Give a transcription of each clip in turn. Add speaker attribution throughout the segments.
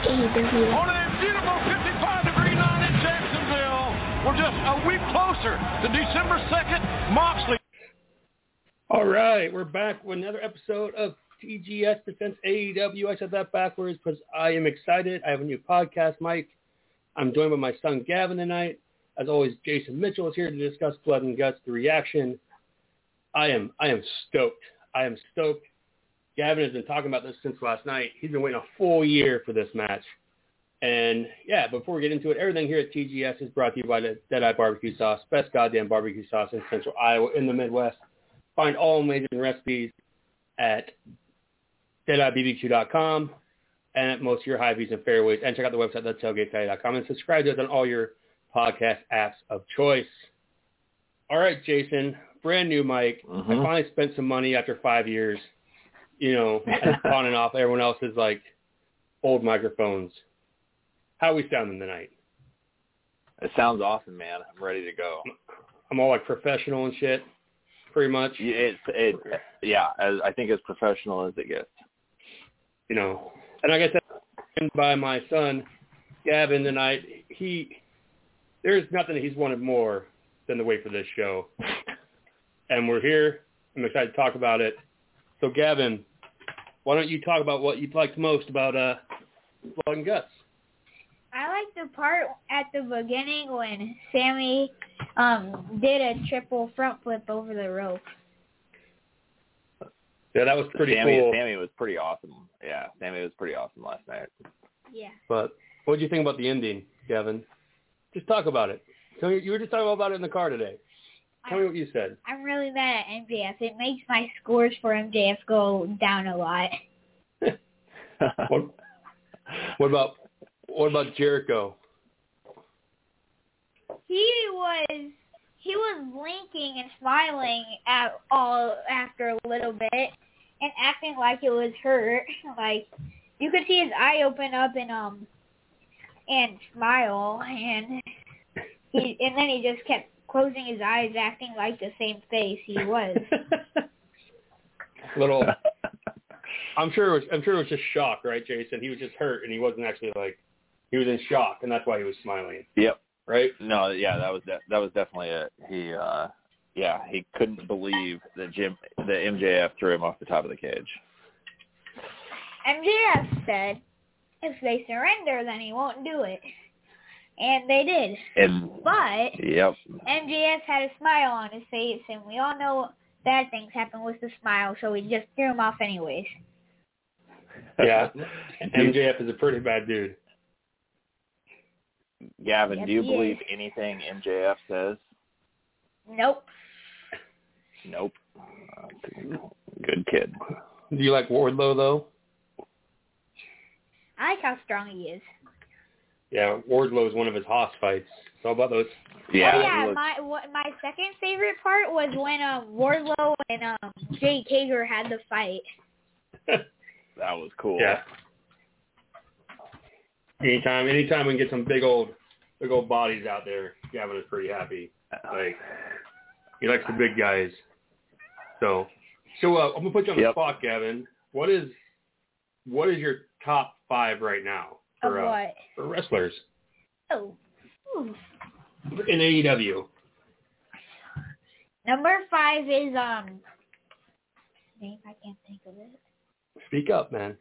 Speaker 1: AEW.
Speaker 2: On a beautiful 55 degree night in Jacksonville, we're just a week closer to December 2nd, Moxley.
Speaker 3: All right, we're back with another episode of TGS Defense AEW. I said that backwards because I am excited. I have a new podcast, Mike. I'm joined by my son Gavin tonight. As always, Jason Mitchell is here to discuss Blood and Guts, the reaction. I am I am stoked. I am stoked. Gavin has been talking about this since last night. He's been waiting a full year for this match. And yeah, before we get into it, everything here at TGS is brought to you by the Dead Eye Barbecue Sauce, best goddamn barbecue sauce in Central Iowa in the Midwest. Find all amazing recipes at deadeyebbq.com and at most of your highways and fairways. And check out the website, thetailgatesite.com, and subscribe to us on all your podcast apps of choice. All right, Jason, brand new mic.
Speaker 4: Mm-hmm.
Speaker 3: I finally spent some money after five years, you know, on and off everyone else's like old microphones. How we sounding tonight?
Speaker 4: It sounds awesome, man. I'm ready to go.
Speaker 3: I'm all like professional and shit, pretty much.
Speaker 4: Yeah, It's it, yeah. As, I think as professional as it gets.
Speaker 3: you know. And like I said, and by my son, Gavin, tonight, he, there's nothing that he's wanted more than to wait for this show. And we're here. I'm excited to talk about it. So, Gavin, why don't you talk about what you liked most about uh, Blood and Guts?
Speaker 1: I like the part at the beginning when Sammy um did a triple front flip over the rope.
Speaker 3: Yeah, that was pretty
Speaker 4: Sammy,
Speaker 3: cool.
Speaker 4: Sammy was pretty awesome. Yeah, Sammy was pretty awesome last night.
Speaker 1: Yeah.
Speaker 3: But what did you think about the ending, Gavin? Just talk about it. So you you were just talking about it in the car today. Tell me what you said.
Speaker 1: I'm really mad at MJF. It makes my scores for MJF go down a lot.
Speaker 3: What, what about what about Jericho?
Speaker 1: He was he was blinking and smiling at all after a little bit and acting like it was hurt. Like you could see his eye open up and um and smile and he and then he just kept closing his eyes acting like the same face he was.
Speaker 3: little I'm sure it was I'm sure it was just shock, right, Jason? He was just hurt and he wasn't actually like he was in shock and that's why he was smiling,
Speaker 4: yep.
Speaker 3: right?
Speaker 4: No, yeah, that was de- that was definitely it. He, uh yeah, he couldn't believe that Jim, that MJF threw him off the top of the cage.
Speaker 1: MJF said if they surrender then he won't do it. And they did.
Speaker 4: And
Speaker 1: But
Speaker 4: yep,
Speaker 1: MJF had a smile on his face, and we all know bad things happen with the smile, so we just threw him off anyways.
Speaker 3: Yeah. MJF is a pretty bad dude.
Speaker 4: Gavin,
Speaker 1: Yes,
Speaker 4: do you
Speaker 1: he
Speaker 4: believe
Speaker 1: is.
Speaker 4: anything MJF says?
Speaker 1: Nope.
Speaker 4: Nope. Uh, Good kid.
Speaker 3: Do you like Wardlow though?
Speaker 1: I like how strong he is.
Speaker 3: Yeah, Wardlow is one of his hoss fights. It's all about those
Speaker 4: Yeah.
Speaker 1: oh,
Speaker 4: he
Speaker 1: yeah.
Speaker 4: looks-
Speaker 1: My what, my second favorite part was when um, Wardlow and um, Jake Hager had the fight.
Speaker 4: that was cool.
Speaker 3: Yeah. Anytime anytime we can get some big old big old bodies out there, Gavin is pretty happy. Like he likes the big guys. So so uh, I'm gonna put you on the
Speaker 4: Yep.
Speaker 3: spot, Gavin. What is what is your top five right now
Speaker 1: Of
Speaker 3: for, uh,
Speaker 1: what?
Speaker 3: for wrestlers
Speaker 1: Oh. Ooh.
Speaker 3: in E AEW?
Speaker 1: Number five is um. Name I can't think of it.
Speaker 3: Speak up, man.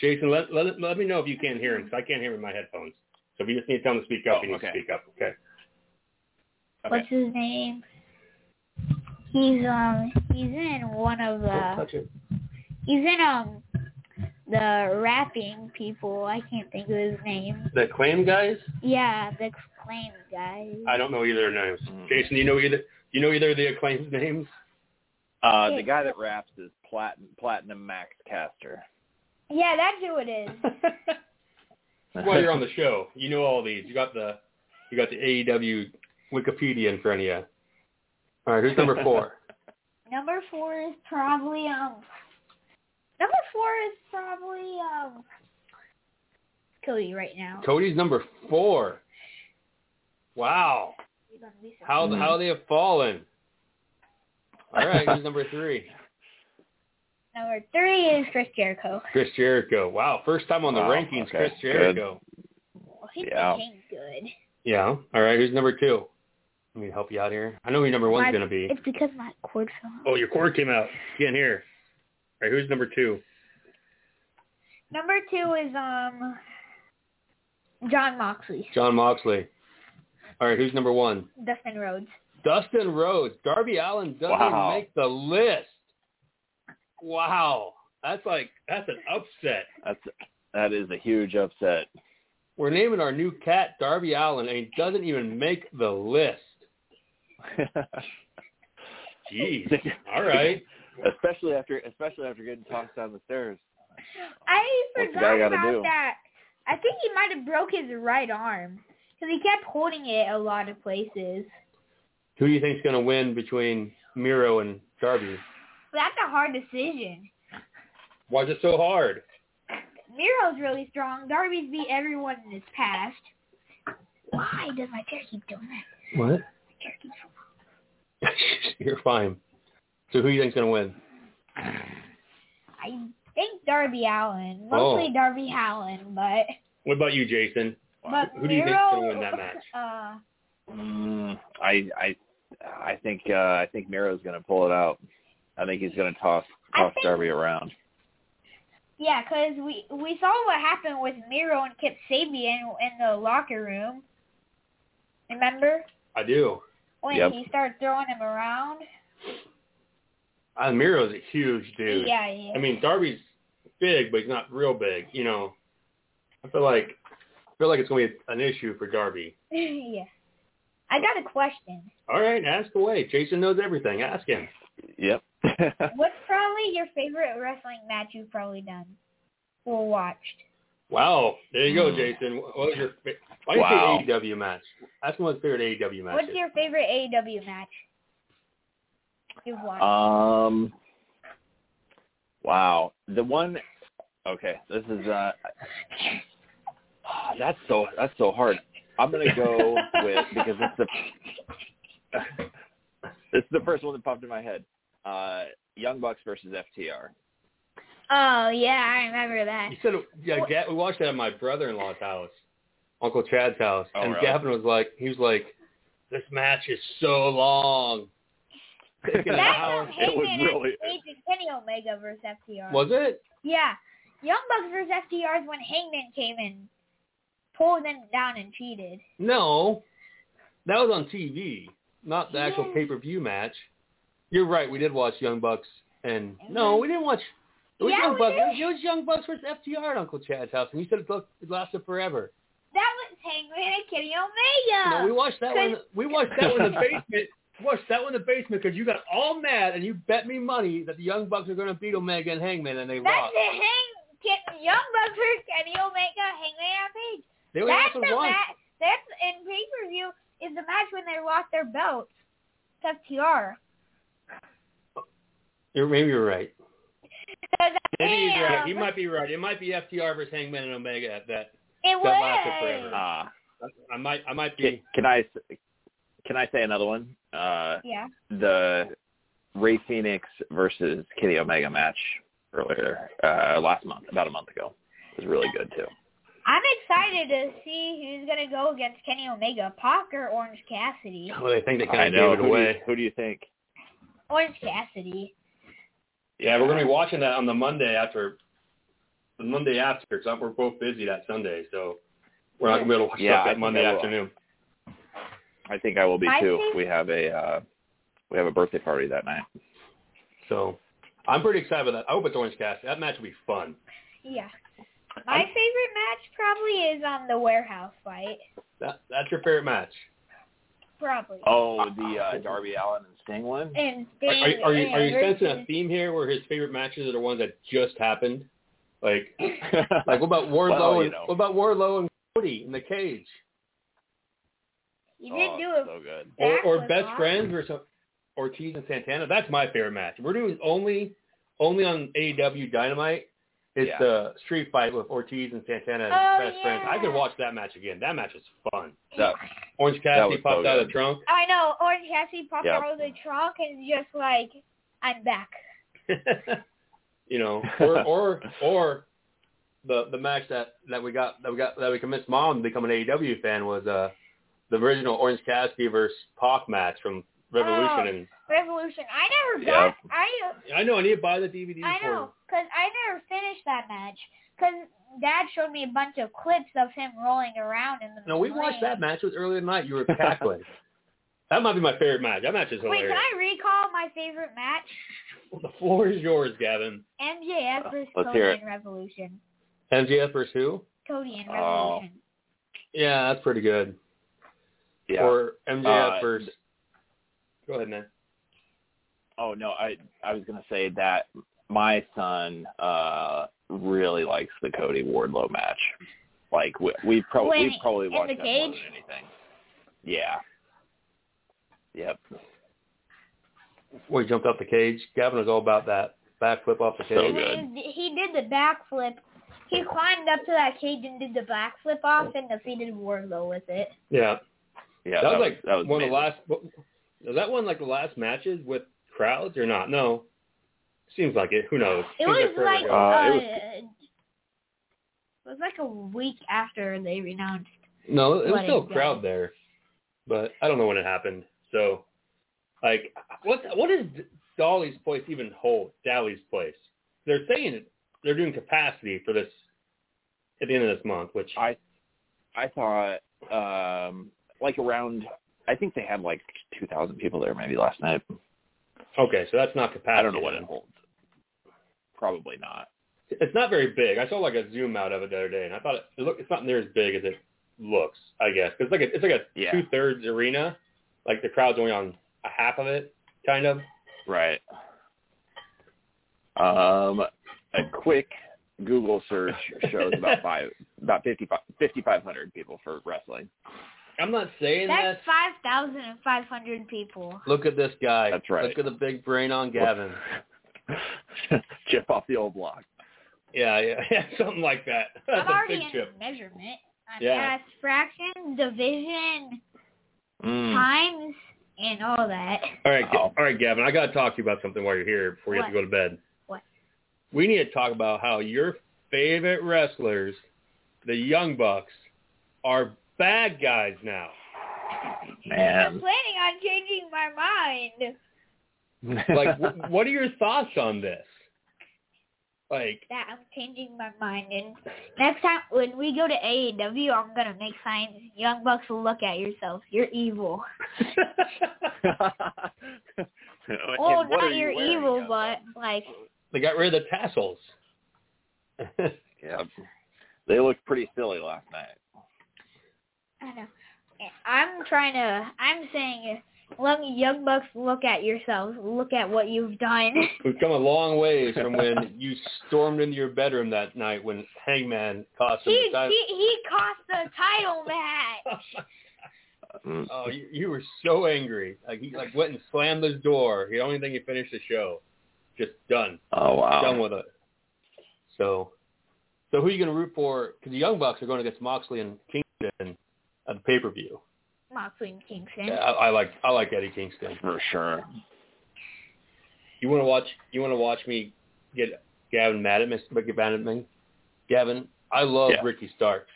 Speaker 3: Jason, let let, let me know if you can't hear him because I can't hear him in my headphones. So if you just need to tell him to speak up,
Speaker 4: Oh,
Speaker 3: you need
Speaker 4: okay.
Speaker 3: to speak up. Okay.
Speaker 4: Okay.
Speaker 1: What's his name? He's um he's in one of the.
Speaker 3: Don't touch it.
Speaker 1: He's in um the rapping people. I can't think of his name.
Speaker 3: The claim guys?
Speaker 1: Yeah, the acclaimed guy.
Speaker 3: I don't know either names.
Speaker 4: Mm.
Speaker 3: Jason, you know either you know either of the acclaimed names?
Speaker 4: Uh, the guy that raps is platinum, platinum Max Caster.
Speaker 1: Yeah, that's who it is.
Speaker 3: While you're on the show, you know all these. You got the you got the AEW Wikipedia in front of you. All right, who's number four?
Speaker 1: Number four is probably um. Number four is probably um. Cody right now.
Speaker 3: Cody's number four. Wow,
Speaker 1: He's gonna be so-
Speaker 3: how
Speaker 4: Mm.
Speaker 3: how they have fallen. All right, who's number three?
Speaker 1: Number three is Chris Jericho.
Speaker 3: Chris Jericho. Wow, first time on the
Speaker 4: Wow,
Speaker 3: rankings,
Speaker 4: okay,
Speaker 3: Chris
Speaker 4: good.
Speaker 3: Jericho.
Speaker 1: Well, he
Speaker 4: Yeah.
Speaker 1: became good.
Speaker 3: Yeah. All right, who's number two? Let me help you out here. I know who your number one's
Speaker 1: My-
Speaker 3: going to be.
Speaker 1: It's because my cord fell out.
Speaker 3: Oh, your cord came out. Can't hear. All right, who's number two?
Speaker 1: Number two is um John Moxley,
Speaker 3: John Moxley. All right, who's number one?
Speaker 1: Dustin Rhodes.
Speaker 3: Dustin Rhodes. Darby Allen doesn't
Speaker 4: Wow.
Speaker 3: make the list. Wow. That's like, that's an upset.
Speaker 4: That's that is a huge upset.
Speaker 3: We're naming our new cat Darby Allen, and he doesn't even make the list. Jeez. All right.
Speaker 4: Especially after especially after getting tossed down the stairs.
Speaker 1: I
Speaker 4: What's the
Speaker 1: forgot
Speaker 4: guy gotta
Speaker 1: about
Speaker 4: do?
Speaker 1: that. I think he might have broke his right arm because he kept holding it a lot of places.
Speaker 3: Who do you think's going to win between Miro and Darby?
Speaker 1: That's a hard decision.
Speaker 3: Why is it so hard?
Speaker 1: Miro's really strong. Darby's beat everyone in his past. Why does my chair keep doing that?
Speaker 3: What?
Speaker 1: My chair keeps
Speaker 3: You're fine. So who do you think's going to win?
Speaker 1: I think Darby Allen, mostly
Speaker 3: Oh.
Speaker 1: Darby Allen, but
Speaker 3: What about you, Jason?
Speaker 1: but
Speaker 3: Who do you think's
Speaker 1: Miro,
Speaker 3: gonna win that match?
Speaker 1: Uh,
Speaker 4: Mm, I I I think uh, I think Miro's going to pull it out. I think he's going to toss
Speaker 1: I
Speaker 4: toss
Speaker 1: think-
Speaker 4: Darby around.
Speaker 1: yeah, because we we saw what happened with Miro and Kip Sabian in the locker room. Remember
Speaker 3: I do.
Speaker 1: when
Speaker 4: Yep.
Speaker 1: he started throwing him around?
Speaker 3: Uh, Miro's a huge dude.
Speaker 1: Yeah, yeah.
Speaker 3: I mean, Darby's big, but he's not real big. You know, I feel like I feel like it's going to be an issue for Darby.
Speaker 1: yeah. I got a question.
Speaker 3: All right, ask away. Jason knows everything. Ask him.
Speaker 4: Yep.
Speaker 1: What's probably your favorite wrestling match you've probably done or watched?
Speaker 3: Wow, there you go,
Speaker 4: Hmm.
Speaker 3: Jason. What was your fa- why do you
Speaker 4: Wow.
Speaker 3: say AEW match? Ask him what his favorite AEW match
Speaker 1: What's
Speaker 3: is.
Speaker 1: your favorite AEW match you've watched?
Speaker 3: Uh,
Speaker 4: um. Wow. The one. Okay. This is uh. ah, that's so that's so hard. I'm going to go with because it's the it's the first one that popped in my head. Uh, Young Bucks versus FTR.
Speaker 1: oh yeah, I remember that.
Speaker 3: You said yeah. Ga- we watched that at my brother-in-law's house, Uncle Chad's house,
Speaker 4: Oh,
Speaker 3: and
Speaker 4: really?
Speaker 3: Gavin was like, he was like, this match is so long. Taking an
Speaker 1: That's
Speaker 3: hour.
Speaker 1: how
Speaker 4: It was
Speaker 1: Heyman
Speaker 4: really-
Speaker 1: actually beat Kenny Omega versus FTR.
Speaker 3: Was it?
Speaker 1: yeah, Young Bucks versus FTR is when Hangman came and pulled them down and cheated.
Speaker 3: No, that was on TV, not the actual
Speaker 1: Yeah.
Speaker 3: pay-per-view match. You're right. We did watch Young Bucks, and no, we didn't watch. It was
Speaker 1: Yeah,
Speaker 3: Young
Speaker 1: we
Speaker 3: Bucks.
Speaker 1: did.
Speaker 3: It was Young Bucks versus FTR at Uncle Chad's house, and you said it, looked, it lasted forever.
Speaker 1: That was Hangman and Kenny Omega.
Speaker 3: no, we watched that one. We watched that one in the basement. We Watched that one in the basement because you got all mad and you bet me money that the Young Bucks are going to beat Omega and Hangman, and they
Speaker 1: That's
Speaker 3: lost.
Speaker 1: the Hang Ken, Young Bucks versus Kenny Omega Hangman and Page.
Speaker 3: They only
Speaker 1: That's
Speaker 3: lasted
Speaker 1: the
Speaker 3: once.
Speaker 1: match. That's in pay per view is the match when they lost their belts to FTR.
Speaker 3: You're, maybe you're right.
Speaker 1: Because
Speaker 3: Maybe you're right.
Speaker 1: damn,
Speaker 3: You might be right. It might be FTR versus Hangman and Omega at that.
Speaker 1: it
Speaker 3: that lasted
Speaker 1: was.
Speaker 3: forever.
Speaker 4: Ah.
Speaker 3: I might. I might
Speaker 4: Can,
Speaker 3: be.
Speaker 4: can I can I say another one? Uh,
Speaker 1: Yeah.
Speaker 4: the Ray Phoenix versus Kenny Omega match earlier uh, last month, about a month ago, It was really good too.
Speaker 1: I'm excited to see who's gonna go against Kenny Omega, Pac or Orange Cassidy.
Speaker 3: Well, they think they
Speaker 4: I
Speaker 3: kind
Speaker 4: know.
Speaker 3: of gave
Speaker 4: who
Speaker 3: it away.
Speaker 4: Do you, who do you think?
Speaker 1: Orange Cassidy.
Speaker 3: Yeah, we're going to be watching that on the Monday after the Monday after because we're both busy that Sunday, so we're not going to be able to watch
Speaker 4: Yeah,
Speaker 3: stuff
Speaker 4: I
Speaker 3: that
Speaker 4: think
Speaker 3: Monday
Speaker 4: I will.
Speaker 3: afternoon.
Speaker 4: I think I will be
Speaker 1: I
Speaker 4: too.
Speaker 1: think-
Speaker 4: We have a uh, we have a birthday party that night.
Speaker 3: So I'm pretty excited about that. I hope it's Orange Cassidy. That match will be fun.
Speaker 1: Yeah. My favorite match probably is um the warehouse fight.
Speaker 3: That that's your favorite match.
Speaker 1: Probably.
Speaker 4: Oh, the uh, Darby Allen and Sting one.
Speaker 1: And
Speaker 3: Are, are, you- are you are you
Speaker 1: versus-
Speaker 3: sensing a theme here where his favorite matches are the ones that just happened? Like like what about Warlow
Speaker 4: Well, you
Speaker 3: and
Speaker 4: know.
Speaker 3: what about Warlow and Cody in the cage?
Speaker 1: You did
Speaker 4: Oh,
Speaker 1: do it.
Speaker 4: so good.
Speaker 3: Or
Speaker 1: That
Speaker 3: or
Speaker 1: was
Speaker 3: best
Speaker 1: awesome.
Speaker 3: friends or some Ortiz and Santana. That's my favorite match. We're doing only only on AEW Dynamite. It's
Speaker 4: Yeah.
Speaker 3: the street fight with Ortiz and Santana and
Speaker 1: Oh,
Speaker 3: best friends. I could
Speaker 1: yeah.
Speaker 3: watch that match again. That match is fun.
Speaker 4: That,
Speaker 3: Orange
Speaker 4: That
Speaker 3: Cassidy
Speaker 4: was so
Speaker 3: popped out of
Speaker 4: good.
Speaker 3: the trunk.
Speaker 1: I know. Orange Cassidy popped
Speaker 4: Yeah.
Speaker 1: out of the trunk and just like, I'm back.
Speaker 3: you know, or or or the the match that that we got that we got that we convinced mom to become an AEW fan was uh the original Orange Cassidy versus Pac match from Revolution,
Speaker 1: Oh.
Speaker 3: and
Speaker 1: Revolution. I never
Speaker 4: Yeah.
Speaker 1: got. I
Speaker 3: I know I need to buy the DVD.
Speaker 1: I
Speaker 3: for-
Speaker 1: know, because I never finished that match. Because Dad showed me a bunch of clips of him rolling around in the.
Speaker 3: No, we watched that match. It was earlier tonight. You were cackling. that might be my favorite match. That match is
Speaker 1: Wait,
Speaker 3: hilarious.
Speaker 1: can I recall my favorite match?
Speaker 3: The floor is yours, Gavin.
Speaker 1: MJF versus
Speaker 4: Uh, Let's hear
Speaker 1: Cody
Speaker 4: it.
Speaker 1: and Revolution.
Speaker 3: MJF versus who?
Speaker 1: Cody and
Speaker 4: Oh.
Speaker 1: Revolution.
Speaker 3: Yeah, that's pretty good.
Speaker 4: yeah.
Speaker 3: Or MJF
Speaker 4: Uh,
Speaker 3: versus. Go ahead, man.
Speaker 4: oh no, I I was gonna say that my son uh really likes the Cody Wardlow match. Like we we probably
Speaker 1: When-
Speaker 4: we probably
Speaker 1: in
Speaker 4: watched
Speaker 1: the
Speaker 4: that more than
Speaker 1: cage?
Speaker 4: anything. Yeah. Yep.
Speaker 3: Where he jumped off the cage. Gavin was all about that backflip off the
Speaker 4: So
Speaker 3: cage.
Speaker 4: good.
Speaker 1: When He did the backflip. He climbed up to that cage and did the backflip off and defeated Wardlow with it.
Speaker 3: Yeah,
Speaker 4: Yeah.
Speaker 3: that, was like
Speaker 4: that was
Speaker 3: one
Speaker 4: amazing.
Speaker 3: of the last. Was that one like the last matches with crowds or not? No, seems like it. Who knows?
Speaker 1: It
Speaker 3: Seems
Speaker 1: was
Speaker 3: forever
Speaker 1: like
Speaker 3: ago.
Speaker 1: uh,
Speaker 4: Uh, it was-
Speaker 1: it was like a week after they renounced.
Speaker 3: No, it was
Speaker 1: What
Speaker 3: still a
Speaker 1: is
Speaker 3: crowd
Speaker 1: that?
Speaker 3: there, but I don't know when it happened. So, like, what what is Dolly's place even hold? Dally's place? They're saying they're doing capacity for this at the end of this month, which
Speaker 4: I- I thought um like around I think they had like two thousand people there maybe last night.
Speaker 3: okay, so that's not capacity.
Speaker 4: I don't know what it holds. Probably not.
Speaker 3: It's not very big. I saw like a zoom out of it the other day, and I thought it, it look it's not near as big as it looks. I guess 'Cause it's like a, it's like a
Speaker 4: Yeah.
Speaker 3: two thirds arena, like the crowd's only on a half of it, kind of.
Speaker 4: Right. Um, a quick Google search shows about five, about 55 5,500 people for wrestling.
Speaker 3: I'm not saying
Speaker 1: That's five thousand and five hundred people.
Speaker 3: Look at this guy.
Speaker 4: That's right.
Speaker 3: Look at the big brain on Gavin.
Speaker 4: Chip off the old block.
Speaker 3: yeah, yeah, yeah, something like that. That's
Speaker 1: I'm
Speaker 3: a
Speaker 1: already
Speaker 3: big
Speaker 1: in
Speaker 3: chip.
Speaker 1: measurement. I'm
Speaker 3: Yeah.
Speaker 1: past fraction, division,
Speaker 4: Mm.
Speaker 1: times, and all that.
Speaker 3: All right, Ga-
Speaker 4: Wow.
Speaker 3: all right, Gavin. I got to talk to you about something while you're here before you have to go
Speaker 1: What?
Speaker 3: to bed.
Speaker 1: What?
Speaker 3: We need to talk about how your favorite wrestlers, the Young Bucks, are bad guys now.
Speaker 1: I'm
Speaker 4: Man.
Speaker 1: planning on changing my mind.
Speaker 3: Like, wh- what are your thoughts on this? Like,
Speaker 1: That I'm changing my mind, and next time when we go to AEW, I'm gonna make signs. Young Bucks, look at yourself. You're evil. oh,
Speaker 4: And what are
Speaker 1: not
Speaker 4: you
Speaker 1: you're
Speaker 4: wearing,
Speaker 1: evil,
Speaker 4: Gus?
Speaker 1: but like
Speaker 3: they got rid of the tassels.
Speaker 4: Yeah. They looked pretty silly last night.
Speaker 1: I know. I'm trying to. I'm saying, let me, Young Bucks, look at yourselves. Look at what you've done.
Speaker 3: We've come a long ways from when you stormed into your bedroom that night when Hangman cost him
Speaker 1: he,
Speaker 3: the time.
Speaker 1: he he cost the title match.
Speaker 4: Mm.
Speaker 3: Oh, you, you were so angry. Like he like went and slammed his door. The only thing he finished the show, just done,
Speaker 4: Oh,
Speaker 3: done
Speaker 4: wow.
Speaker 3: with it. So, so who are you going to root for? Because the Young Bucks are going against Moxley and Kingston at the pay per view.
Speaker 1: Moxley and Kingston.
Speaker 3: I, I like I like Eddie Kingston.
Speaker 4: For sure.
Speaker 3: You want to watch? You want to watch me get Gavin mad at me? Get mad at me? Gavin, I love
Speaker 4: Yeah.
Speaker 3: Ricky Starks.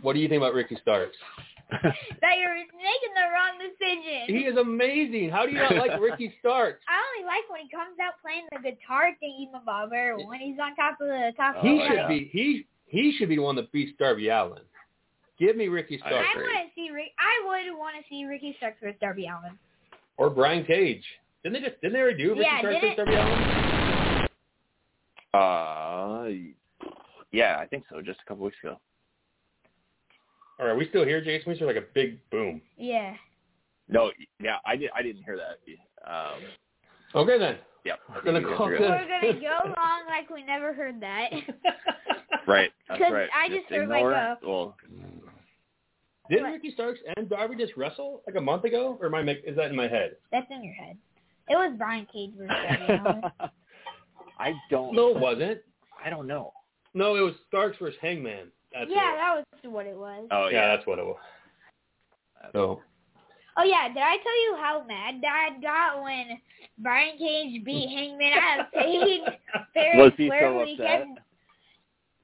Speaker 3: What do you think about Ricky Starks?
Speaker 1: That you're making the wrong decision.
Speaker 3: He is amazing. How do you not like Ricky Starks?
Speaker 1: I only like when he comes out playing the guitar thingy bobber when he's on top of the top.
Speaker 3: He
Speaker 4: Oh,
Speaker 3: should
Speaker 4: yeah.
Speaker 3: be he he should be the one that beats Darby Allen. Give me Ricky
Speaker 4: I
Speaker 3: Starks
Speaker 1: I
Speaker 4: agree.
Speaker 1: want to see. Rick, I would want to see Ricky Starks with Darby Allin.
Speaker 3: or Brian Cage. Didn't they just didn't they already do Ricky
Speaker 1: Yeah,
Speaker 3: Starks
Speaker 1: didn't-
Speaker 3: with Darby Allen?
Speaker 4: Uh, yeah, I think so. Just a couple weeks ago.
Speaker 3: Or are we still here, Jason? We heard like a big boom.
Speaker 1: Yeah.
Speaker 4: No, yeah, I did. I didn't hear that. Um,
Speaker 3: Okay then.
Speaker 4: yeah,
Speaker 3: We're gonna call
Speaker 4: Yeah.
Speaker 3: this-
Speaker 1: We're gonna go along like we never heard that.
Speaker 4: Right, that's
Speaker 1: 'Cause
Speaker 4: right.
Speaker 1: I just heard, like,
Speaker 4: ignore
Speaker 1: a-
Speaker 4: it. Well,
Speaker 3: Didn't
Speaker 1: What?
Speaker 3: Ricky Starks and Darby just wrestle like a month ago? Or am I make, is that in my head?
Speaker 1: That's in your head. It was Brian Cage versus Darby Allin.
Speaker 4: I don't.
Speaker 3: No, it wasn't.
Speaker 4: I don't know.
Speaker 3: No, it was Starks versus Hangman. That's
Speaker 1: yeah,
Speaker 3: it.
Speaker 1: that was what it was.
Speaker 4: Oh
Speaker 3: yeah,
Speaker 4: yeah.
Speaker 3: that's what it was.
Speaker 4: that's-
Speaker 3: So
Speaker 1: Oh yeah, did I tell you how mad Dad got when Brian Cage beat Hangman out of Page? Very
Speaker 4: Was he so
Speaker 1: clearly
Speaker 4: upset?
Speaker 1: kept-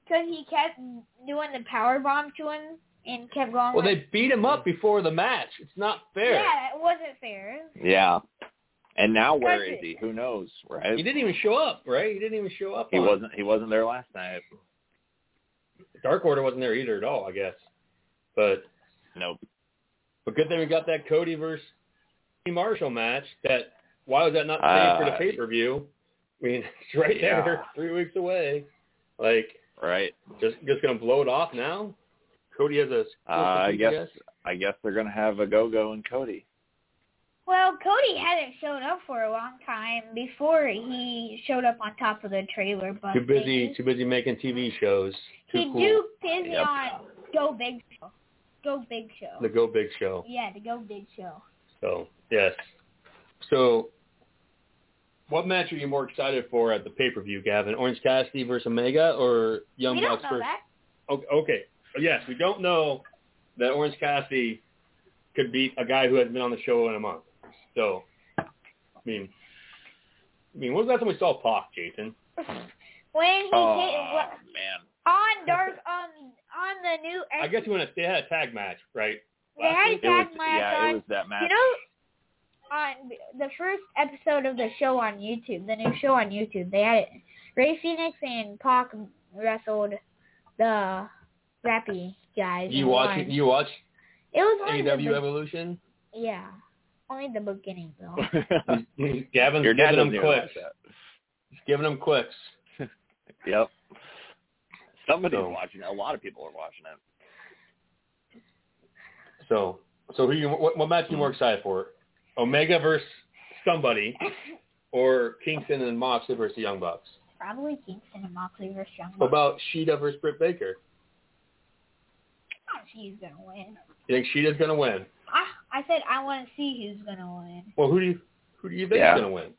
Speaker 1: Cause he kept doing the power bomb to him and kept going.
Speaker 3: Well,
Speaker 1: with-
Speaker 3: they beat him up before the match. It's not fair.
Speaker 1: yeah, that wasn't fair.
Speaker 4: Yeah. And now where
Speaker 1: Does
Speaker 4: is
Speaker 1: it-
Speaker 4: he? Who knows, right?
Speaker 3: He didn't even show up, right? He didn't even show up.
Speaker 4: He
Speaker 3: on-
Speaker 4: wasn't. He wasn't there last night.
Speaker 3: Dark Order wasn't there either at all, I guess. But
Speaker 4: Nope.
Speaker 3: but good thing we got that Cody versus Lee Marshall match. That why was that not saved for the
Speaker 4: Uh,
Speaker 3: pay per view? I mean, it's right there,
Speaker 4: yeah.
Speaker 3: three weeks away. Like
Speaker 4: Right.
Speaker 3: just just gonna blow it off now. Cody has a.
Speaker 4: Uh, I guess. I guess they're gonna have a go go and Cody.
Speaker 1: Well, Cody hadn't shown up for a long time before he showed up on top of the trailer. But
Speaker 3: Too busy,
Speaker 1: he-
Speaker 3: too busy making TV shows. Too
Speaker 1: He
Speaker 3: cool.
Speaker 1: do busy
Speaker 4: Yep.
Speaker 1: on Go Big Show. Go Big Show.
Speaker 3: The Go Big Show.
Speaker 1: yeah, the Go Big Show.
Speaker 3: So yes. So, what match are you more excited for at the pay per view, Gavin? Orange Cassidy versus Omega or Young
Speaker 1: we
Speaker 3: Bucks
Speaker 1: don't know
Speaker 3: versus?
Speaker 1: that.
Speaker 3: Okay, okay. So, yes, we don't know that Orange Cassidy could beat a guy who hasn't been on the show in a month. So, I mean, I mean, when was the last time we saw Pac, Jason?
Speaker 1: When he
Speaker 4: Oh
Speaker 1: came,
Speaker 4: man.
Speaker 1: on dark um on the new
Speaker 3: I guess you want to. They had a tag match, right?
Speaker 1: they had a
Speaker 4: It was.
Speaker 1: tag match
Speaker 4: Yeah.
Speaker 1: on
Speaker 4: It was that match.
Speaker 1: you know on the first episode of the show on YouTube, the new show on YouTube, they had it. Ray Phoenix and Pac wrestled the rappy guys.
Speaker 3: You
Speaker 1: and
Speaker 3: watch.
Speaker 1: won.
Speaker 3: You watch
Speaker 1: It was only
Speaker 4: E
Speaker 1: the
Speaker 3: AEW
Speaker 1: be-
Speaker 3: Evolution.
Speaker 1: yeah, only the beginning though.
Speaker 3: Gavin's
Speaker 4: Your dad
Speaker 3: giving
Speaker 4: doesn't
Speaker 3: them
Speaker 4: even
Speaker 3: clicks.
Speaker 4: like that.
Speaker 3: He's giving them clicks.
Speaker 4: Yep. Somebody's
Speaker 3: So-
Speaker 4: watching. it. A lot of people are watching it.
Speaker 3: So, so who you what, what match you more excited for? Omega versus somebody, or Kingston and Moxley versus the Young Bucks?
Speaker 1: Probably Kingston and Moxley versus Young
Speaker 3: What
Speaker 1: Bucks.
Speaker 3: about Sheeta versus Britt Baker?
Speaker 1: She's gonna win.
Speaker 3: You think Sheeta's gonna win?
Speaker 1: I I said I want to see who's gonna win.
Speaker 3: Well, who do you who do you think's
Speaker 4: Yeah.
Speaker 3: gonna win?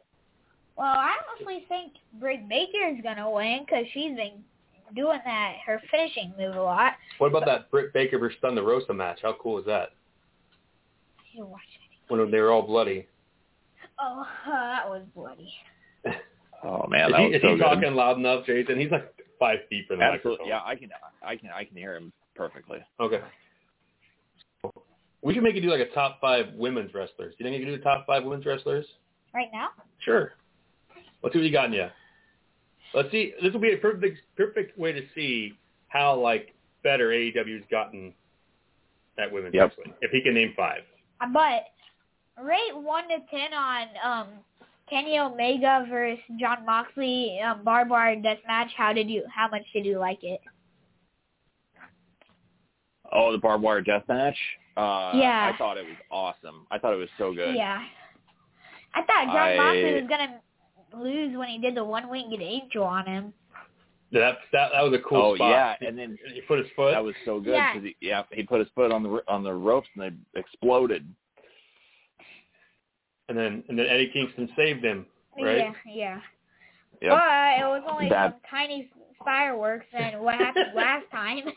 Speaker 1: Well, I honestly think Britt Baker is gonna win because she's been doing that her finishing move a lot.
Speaker 3: What about that Britt Baker versus Thunder Rosa match? How cool is that?
Speaker 1: I need to watch it.
Speaker 3: When they were all bloody.
Speaker 1: Oh, that was bloody.
Speaker 4: Oh man,
Speaker 3: is
Speaker 4: that
Speaker 3: he,
Speaker 4: was
Speaker 3: is
Speaker 4: so
Speaker 3: he
Speaker 4: good.
Speaker 3: talking loud enough, Jason? He's like five feet from the microphone.
Speaker 4: Absolutely. Yeah, I can. I can. I can hear him perfectly.
Speaker 3: Okay. We should make you do like a top five women's wrestlers. Do you think you can do the top five women's wrestlers?
Speaker 1: Right now,
Speaker 3: Sure. Let's see what you got in you. Let's see. This will be a perfect perfect way to see how like better AEW's gotten at women's
Speaker 4: Yep.
Speaker 3: wrestling. If he can name five.
Speaker 1: Uh, but rate one to ten on um Kenny Omega versus John Moxley um, barbed wire death match. How did you? How much did you like it?
Speaker 4: Oh, the barbed wire death match. Uh,
Speaker 1: Yeah.
Speaker 4: I thought it was awesome. I thought it was so good.
Speaker 1: Yeah, I thought John
Speaker 4: I-
Speaker 1: Moxley was gonna lose when he did the one winged angel on him.
Speaker 3: That that, that was a cool
Speaker 4: oh
Speaker 3: spot.
Speaker 4: yeah, and then
Speaker 3: He put his foot.
Speaker 4: that was so good
Speaker 1: Yeah.
Speaker 4: 'cause he, yeah, he put his foot on the r- on the ropes and they exploded.
Speaker 3: and then and then Eddie Kingston saved him. Right.
Speaker 1: Yeah, yeah.
Speaker 4: Yep.
Speaker 1: But it was only
Speaker 4: That-
Speaker 1: some tiny fireworks and what happened last time.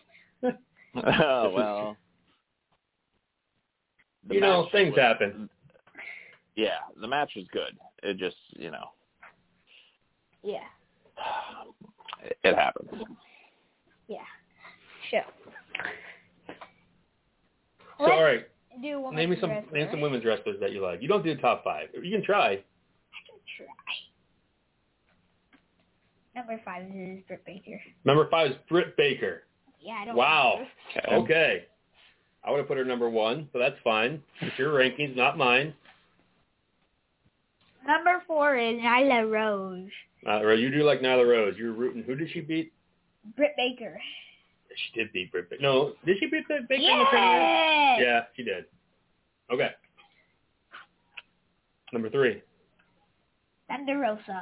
Speaker 4: oh well. The
Speaker 3: you know,
Speaker 4: match
Speaker 3: things
Speaker 4: was-
Speaker 3: happen.
Speaker 4: Yeah, the match was good. It just you know,
Speaker 1: Yeah,
Speaker 4: it, it happens.
Speaker 1: yeah. Sure.
Speaker 3: So all right,
Speaker 1: do women's
Speaker 3: name me some
Speaker 1: wrestling.
Speaker 3: name some women's wrestlers that you like. You don't do the top five. You can try.
Speaker 1: Try. Number five is Britt Baker.
Speaker 3: Number five is Britt Baker.
Speaker 1: Yeah, I don't.
Speaker 3: Wow.
Speaker 1: remember.
Speaker 4: Um,
Speaker 3: Okay. I would have put her number one, but that's fine. It's your rankings, not mine.
Speaker 1: Number four is Nyla Rose.
Speaker 3: Uh, or you do like Nyla Rose. You were rooting. Who did she beat?
Speaker 1: Britt Baker.
Speaker 3: She did beat Britt Baker. No, did she beat Britt Baker? in the tournament?
Speaker 1: Yeah.
Speaker 3: Yeah, she did. Okay. Number three.
Speaker 1: Thunder Rosa.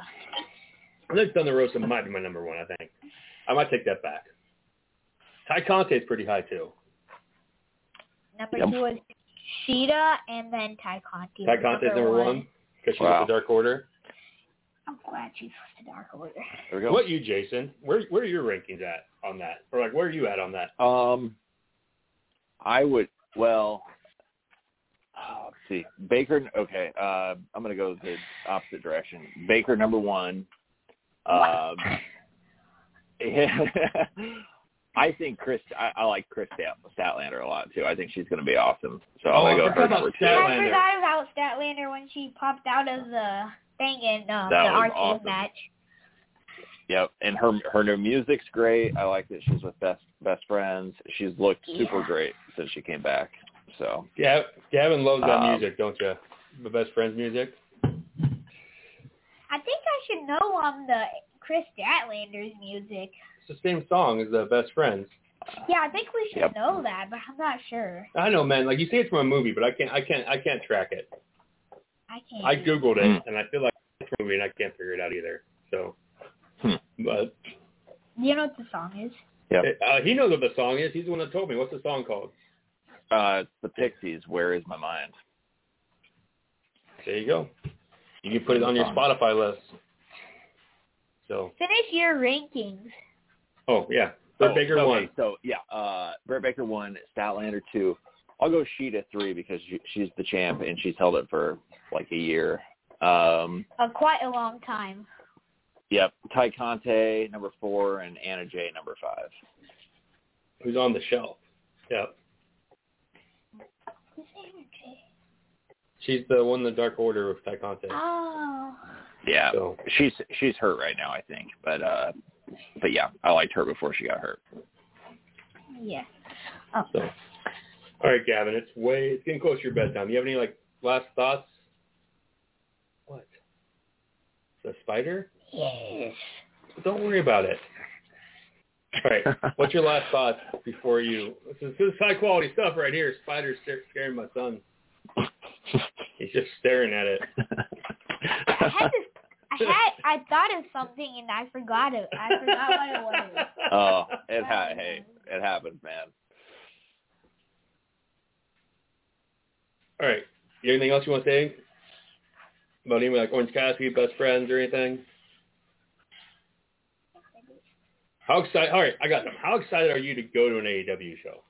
Speaker 3: I think Thunder Rosa might be my number one, I think. I might take that back. Ty Conte is pretty high, too.
Speaker 1: Number
Speaker 4: Yep.
Speaker 1: two is Sheeta, and then Ty Conti.
Speaker 3: Ty Conte is number one because she was
Speaker 4: Wow.
Speaker 3: the Dark Order.
Speaker 1: I'm glad she's with the Dark Order.
Speaker 4: There we
Speaker 3: What
Speaker 4: go.
Speaker 3: about you, Jason? Where where are your rankings at on that? Or like, where are you at on that?
Speaker 4: Um, I would. Well, oh see. Baker. Okay, uh, I'm gonna go the opposite direction. Baker number one. Um, I think Chris. I, I like Chris Stat- Statlander a lot too. I think she's gonna be awesome. So
Speaker 3: Oh,
Speaker 4: I'm
Speaker 3: I
Speaker 4: gonna go
Speaker 3: forgot
Speaker 4: her
Speaker 3: about
Speaker 4: number two.
Speaker 1: I
Speaker 3: Statlander.
Speaker 1: forgot about Statlander when she popped out of the thing in um,
Speaker 4: That
Speaker 1: the
Speaker 4: was
Speaker 1: arcade
Speaker 4: awesome.
Speaker 1: match.
Speaker 4: Yep, and her her new music's great. I like that she's with best best friends. She's looked super
Speaker 1: Yeah.
Speaker 4: great since she came back. So
Speaker 3: Gavin, Gavin loves that
Speaker 4: Um,
Speaker 3: music, don't you? The best friends music.
Speaker 1: I think I should know um the Chris Statlander's music.
Speaker 3: It's the same song as the best friends.
Speaker 1: Yeah, I think we should
Speaker 4: Yep.
Speaker 1: know that, but I'm not sure.
Speaker 3: I know, man. Like you say, it's from a movie, but I can't, I can't, I can't track it.
Speaker 1: I can't.
Speaker 3: I googled it,
Speaker 4: Hmm.
Speaker 3: and I feel like it's from a movie, and I can't figure it out either. So,
Speaker 4: Hmm.
Speaker 3: but
Speaker 1: you know what the song is?
Speaker 3: uh, he knows what the song is. He's the one that told me. What's the song called?
Speaker 4: uh, it's the Pixies. Where is my mind?
Speaker 3: There you go. You can put it on your Spotify list. So,
Speaker 1: Finish your rankings.
Speaker 3: oh yeah, Britt
Speaker 4: Oh,
Speaker 3: Baker
Speaker 4: okay,
Speaker 3: won.
Speaker 4: So yeah, uh, Britt Baker one, Statlander two. I'll go Sheeta three because she, she's the champ and she's held it for like a year. Um,
Speaker 1: Uh, quite a long time.
Speaker 4: yep, Ty Conte number four and Anna Jay number five.
Speaker 3: Who's on the shelf? Yeah, she's the one in the Dark Order with Ty Conte.
Speaker 1: Oh.
Speaker 4: Yeah,
Speaker 3: So,
Speaker 4: she's she's hurt right now, I think. But uh, but yeah, I liked her before she got hurt.
Speaker 1: Yeah. Oh.
Speaker 3: So, all right, Gavin, it's way it's getting close to your bedtime. You have any like last thoughts? What? The spider?
Speaker 1: Yes.
Speaker 3: Don't worry about it. All right. What's your last thoughts before you? This is, this is high quality stuff right here. Spiders sta- scaring my son. He's just staring at it.
Speaker 1: I had this. I had. I thought of something and I forgot it. I forgot what it was.
Speaker 4: oh, it ha- hey, it happens, man.
Speaker 3: All right. You have anything else you want to say about anyone like Orange Cassidy, best friends, or anything? How excited? All right, I got them. How excited are you to go to an AEW show?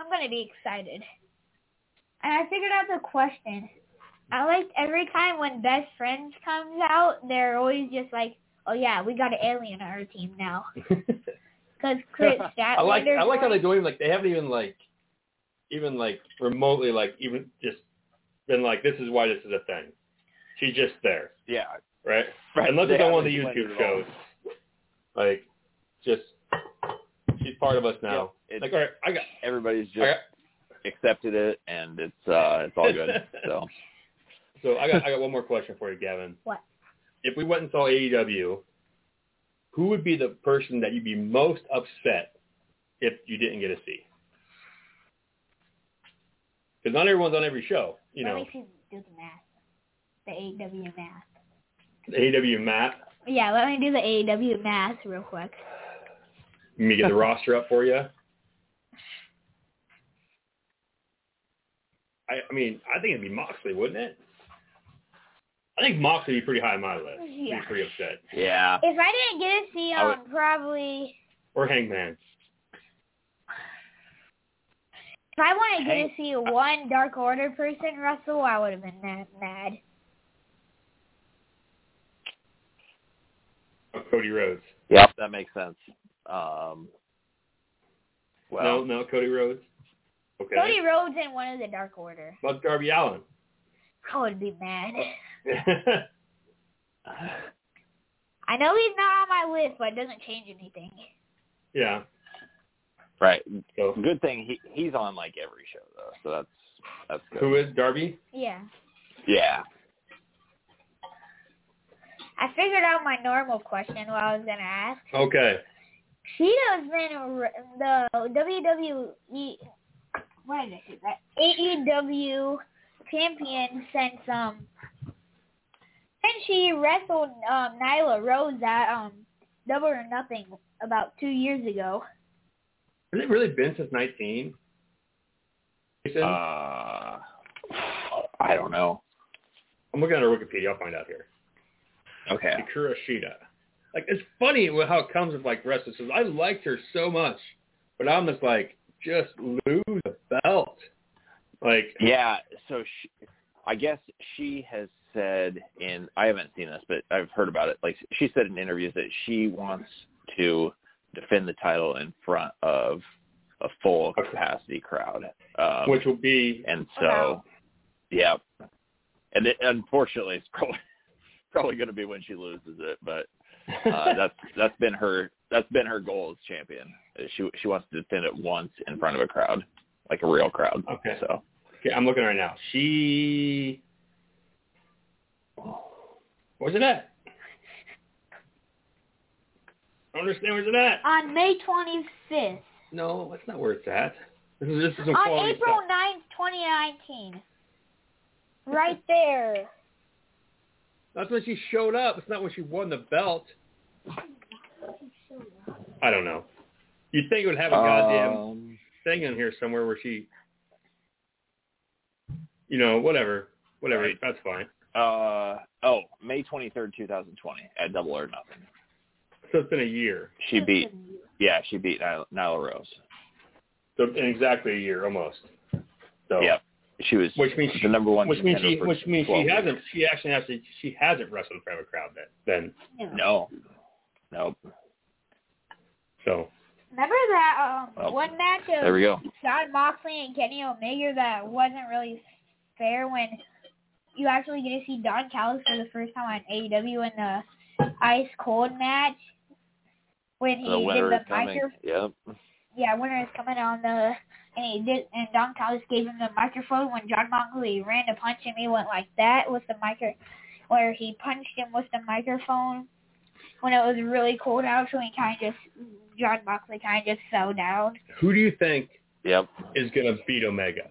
Speaker 1: I'm gonna be excited. And I figured out the question. I liked every time when Best Friends comes out, they're always just like, "Oh yeah, we got an alien on our team now." Because Chris Statlander.
Speaker 3: I like I like how they don't even like they haven't even like even like remotely like even just been like this is why this is a thing. She's just there,
Speaker 4: Yeah,
Speaker 3: right?
Speaker 4: right.
Speaker 3: Unless it's
Speaker 4: They
Speaker 3: on one of the
Speaker 4: haven't explained
Speaker 3: YouTube
Speaker 4: it at all.
Speaker 3: shows, like just she's part of us now.
Speaker 4: Yeah, it-
Speaker 3: like all right, I got
Speaker 4: everybody's
Speaker 3: I
Speaker 4: just
Speaker 3: got-
Speaker 4: accepted it, and it's uh, it's all good. So
Speaker 3: So I got I got one more question for you, Gavin.
Speaker 1: What?
Speaker 3: If we went and saw AEW, who would be the person that you'd be most upset if you didn't get to see? Because not everyone's on every show, you
Speaker 1: Let
Speaker 3: know.
Speaker 1: me see, do the math. The AEW math.
Speaker 3: The AEW map.
Speaker 1: Yeah, let me do the AEW math real quick.
Speaker 3: Let me get the roster up for you. I, I mean, I think it'd be Moxley, wouldn't it? I think Moxley would be pretty high on my list.
Speaker 1: Yeah.
Speaker 3: Be pretty upset.
Speaker 4: yeah,
Speaker 1: If I didn't get to see
Speaker 4: I
Speaker 1: um,
Speaker 4: would-
Speaker 1: probably
Speaker 3: Or Hangman.
Speaker 1: if I wanted to get
Speaker 4: Hank-
Speaker 1: to see one Dark Order person wrestle, I would have been mad. mad.
Speaker 3: or Cody Rhodes.
Speaker 4: yeah, that makes sense. Um,
Speaker 3: no,
Speaker 4: well,
Speaker 3: no, Cody Rhodes. Okay.
Speaker 1: Cody Rhodes in one of the Dark Order.
Speaker 3: About Darby Allen.
Speaker 1: I would be mad.
Speaker 3: All
Speaker 1: I know he's not on my list, but it doesn't change anything.
Speaker 3: yeah.
Speaker 4: right.
Speaker 3: So
Speaker 4: Good thing he he's on like every show though, so that's that's good.
Speaker 3: who is Darby?
Speaker 1: Yeah.
Speaker 4: Yeah,
Speaker 1: I figured out my normal question what I was gonna ask.
Speaker 3: Okay.
Speaker 1: Cheeto's been r- the WWE, what did I say? That AEW E champion since um since she wrestled um Nyla Rose at um Double or Nothing about two years ago.
Speaker 3: Has it really been since nineteen? Jason?
Speaker 4: uh, I don't know.
Speaker 3: I'm looking at her Wikipedia. I'll find out here.
Speaker 4: Okay,
Speaker 3: Akira Shida. Like it's funny with how it comes with like wrestlers. 'cause I liked her so much, but I'm just like just lose the belt. Like
Speaker 4: yeah. So she, I guess she has said in I haven't seen this, but I've heard about it. Like she said in interviews that she wants to defend the title in front of a full
Speaker 3: Okay.
Speaker 4: capacity crowd. Um,
Speaker 3: which will be
Speaker 4: and so,
Speaker 1: Wow.
Speaker 4: yeah. And it, unfortunately, it's probably probably going to be when she loses it, but uh, that's that's been her that's been her goal as champion. is She she wants to defend it once in front of a crowd, like a real crowd.
Speaker 3: Okay.
Speaker 4: So
Speaker 3: Okay, I'm looking right now. She where's it at? I don't understand where's it at.
Speaker 1: On May 25th.
Speaker 3: No, that's not where it's at. This is this is some
Speaker 1: On
Speaker 3: quality
Speaker 1: April
Speaker 3: stuff.
Speaker 1: ninth, 2019. Right there.
Speaker 3: That's when she showed up. It's not when she won the belt. I don't know. You'd think it would have a goddamn
Speaker 4: Um,
Speaker 3: thing in here somewhere where she, you know, whatever, whatever.
Speaker 4: Right.
Speaker 3: That's fine.
Speaker 4: uh oh, May twenty third, two thousand twenty, at Double or Nothing.
Speaker 3: So it's been a year.
Speaker 4: She
Speaker 1: Mm-hmm.
Speaker 4: beat yeah, she beat Nyla, Nyla Rose.
Speaker 3: So in exactly a year almost. So
Speaker 4: Yeah, she was
Speaker 3: Which means she-
Speaker 4: the number one.
Speaker 3: Which means she,
Speaker 4: contender for
Speaker 3: which means she
Speaker 4: 12
Speaker 3: hasn't. She actually actually she hasn't wrestled in front of a crowd then. Then
Speaker 4: No, no.
Speaker 3: so
Speaker 1: Remember that um
Speaker 4: Well,
Speaker 1: one match
Speaker 4: There
Speaker 1: of
Speaker 4: we go.
Speaker 1: John Moxley and Kenny Omega that wasn't really fair when you actually get to see Don Callis for the first time on AEW in the ice cold match when he
Speaker 4: The winner
Speaker 1: did
Speaker 4: is
Speaker 1: the
Speaker 4: coming.
Speaker 1: micro
Speaker 4: Yep.
Speaker 1: yeah, winner is coming on the and he did and Don Callis gave him the microphone when John Moxley ran to punch him. He went like that with the micro, where he punched him with the microphone when it was really cold out. So he kind of just John Moxley kind of just fell down.
Speaker 3: who do you think
Speaker 4: Yep.
Speaker 3: is gonna beat Omega?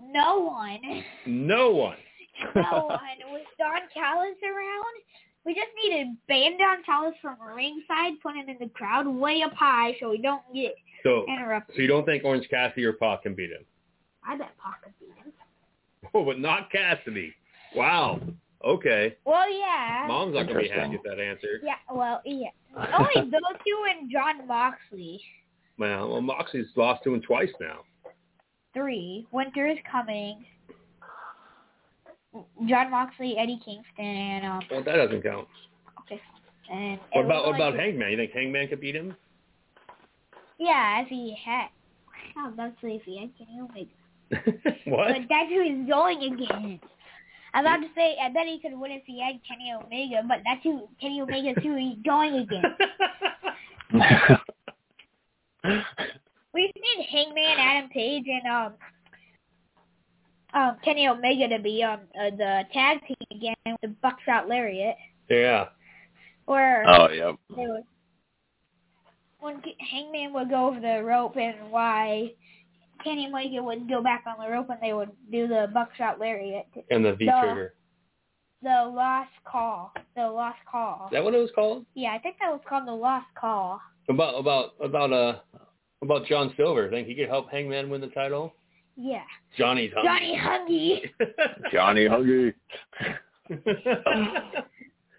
Speaker 1: No one,
Speaker 3: No one.
Speaker 1: no one with Don Callis around. We just need to ban Don Callis from ringside, put him in the crowd way up high so we don't get
Speaker 3: So
Speaker 1: interrupted.
Speaker 3: so you don't think Orange Cassidy or Pac can beat him?
Speaker 1: I bet Pac could beat him.
Speaker 3: Oh, but not Cassidy. Wow. Okay.
Speaker 1: Well, yeah.
Speaker 3: Mom's not gonna be happy
Speaker 4: Interesting.
Speaker 3: with that answer.
Speaker 1: Yeah, well, yeah. Only Oh, those two and John Moxley.
Speaker 3: Well, well Moxley's lost to him twice now.
Speaker 1: Three. Winter is coming. John Moxley, Eddie Kingston, and um.
Speaker 3: Well, that doesn't count.
Speaker 1: Okay. And it
Speaker 3: What
Speaker 1: was
Speaker 3: about what
Speaker 1: only
Speaker 3: about
Speaker 1: two-
Speaker 3: Hangman? You think Hangman could beat him?
Speaker 1: Yeah, if he had. Wow, Moxley, if he had Kenny Omega.
Speaker 3: what?
Speaker 1: But that's who he's going against. I'm about to say, I bet he could win if he had Kenny Omega, but that's who Kenny Omega's who he's going against. We need Hangman, Adam Page, and um, um, Kenny Omega to be um uh, the tag team again with the Buckshot Lariat,
Speaker 3: yeah.
Speaker 1: or
Speaker 4: oh, yep.
Speaker 1: they would, when K- Hangman would go over the rope and why Kenny Omega would go back on the rope and they would do the Buckshot Lariat,
Speaker 3: And the V
Speaker 1: Duh.
Speaker 3: trigger.
Speaker 1: the Lost Call, the Lost Call.
Speaker 3: Is that what it was called?
Speaker 1: Yeah, I think that was called the Lost Call.
Speaker 3: About about about uh about John Silver. Think he could help Hangman win the title?
Speaker 1: Yeah,
Speaker 3: Johnny's hungry.
Speaker 1: Johnny Hungy.
Speaker 4: Johnny Hungry.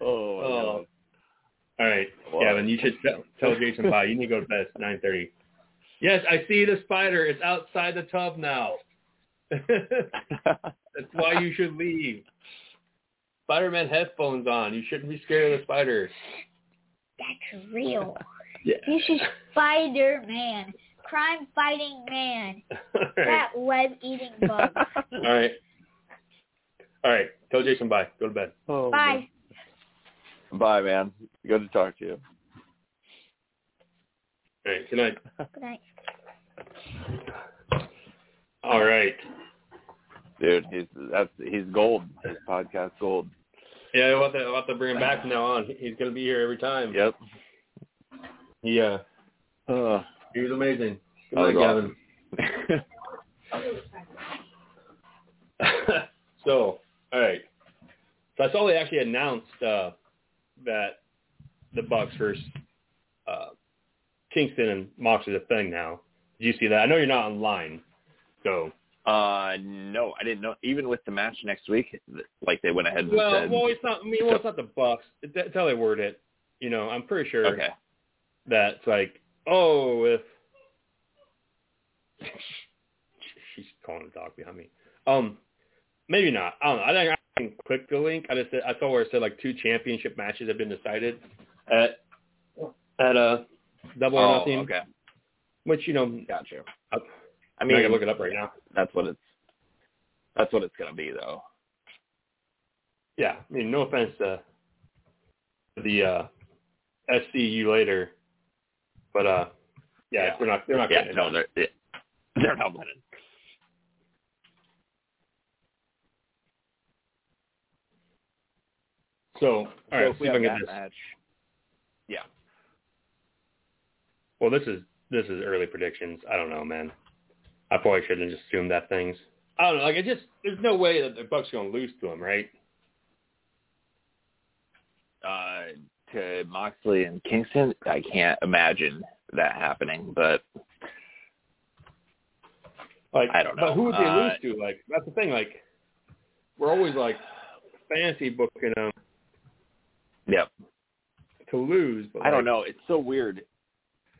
Speaker 4: Oh,
Speaker 3: Oh. All right,
Speaker 4: Wow.
Speaker 3: Gavin, you should tell, tell Jason bye. You need to go to bed. It's nine thirty. Yes, I see the spider. It's outside the tub now. That's
Speaker 4: no.
Speaker 3: why you should leave. Spider-Man headphones on. You shouldn't be scared of the spider.
Speaker 1: That's real.
Speaker 3: Yeah.
Speaker 1: This is Spider Man, crime fighting man,
Speaker 3: All right.
Speaker 1: that web eating bug.
Speaker 3: All right. All right. Tell Jason bye. Go to bed.
Speaker 4: Oh,
Speaker 1: Bye.
Speaker 4: man. Bye, man. Good to talk to you.
Speaker 3: All right. Good night.
Speaker 1: Good night.
Speaker 3: All right.
Speaker 4: Dude, he's that's he's gold. His podcast gold.
Speaker 3: Yeah, we'll have, to, we'll have to bring him back from now on. He's going to be here every time.
Speaker 4: Yep.
Speaker 3: Yeah.
Speaker 4: Uh,
Speaker 3: He was amazing. Good
Speaker 4: That was
Speaker 3: night, Gavin.
Speaker 4: awesome.
Speaker 3: so, all right. So I saw they actually announced uh, that the Bucks versus uh, Kingston and Moxley is a thing now. Did you see that? I know you're not online, so
Speaker 4: uh, no, I didn't know. Even with the match next week, th- like they went ahead and
Speaker 3: well,
Speaker 4: said,
Speaker 3: well, it's not. I mean, well, it's not the Bucks. It- That's how they word it. You know, I'm pretty sure
Speaker 4: okay,
Speaker 3: that's like, oh, if she's calling the dog behind me. Um, Maybe not. I don't know. I think I can click the link. I just said, I saw where it said like two championship matches have been decided at at a double or
Speaker 4: oh,
Speaker 3: nothing,
Speaker 4: okay.
Speaker 3: which you know
Speaker 4: Gotcha.
Speaker 3: I-
Speaker 4: I
Speaker 3: I
Speaker 4: mean,
Speaker 3: mean I can look it up right now.
Speaker 4: that's what it's that's what it's gonna be though.
Speaker 3: Yeah, I mean no offense to the uh, SCU later, but uh, yeah,
Speaker 4: Yeah.
Speaker 3: they're not they're not
Speaker 4: yeah,
Speaker 3: getting it
Speaker 4: no,
Speaker 3: done.
Speaker 4: they're yeah, they're not winning.
Speaker 3: So all right,
Speaker 4: so if
Speaker 3: let's
Speaker 4: we
Speaker 3: see if I can
Speaker 4: have
Speaker 3: get
Speaker 4: that
Speaker 3: this.
Speaker 4: match,
Speaker 3: Well, this is this is early predictions. I don't know, man. I probably shouldn't have just assumed that things. I don't know. Like, it just there's no way that the Bucks are gonna lose to them, right?
Speaker 4: uh, to Moxley and Kingston, I can't imagine that happening. But
Speaker 3: Like,
Speaker 4: I don't know.
Speaker 3: But who would they
Speaker 4: Uh,
Speaker 3: lose to? Like, that's the thing. Like, we're always like fantasy booking them
Speaker 4: yeah,
Speaker 3: to lose. But
Speaker 4: I don't
Speaker 3: like,
Speaker 4: know. It's so weird.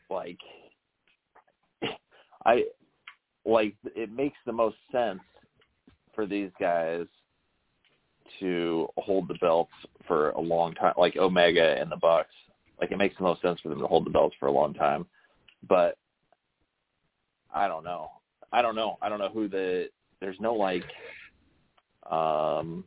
Speaker 4: Like, I like it makes the most sense for these guys to hold the belts for a long time, like Omega and the Bucks. Like it makes the most sense for them to hold the belts for a long time, but I don't know. I don't know. I don't know who the there's no like um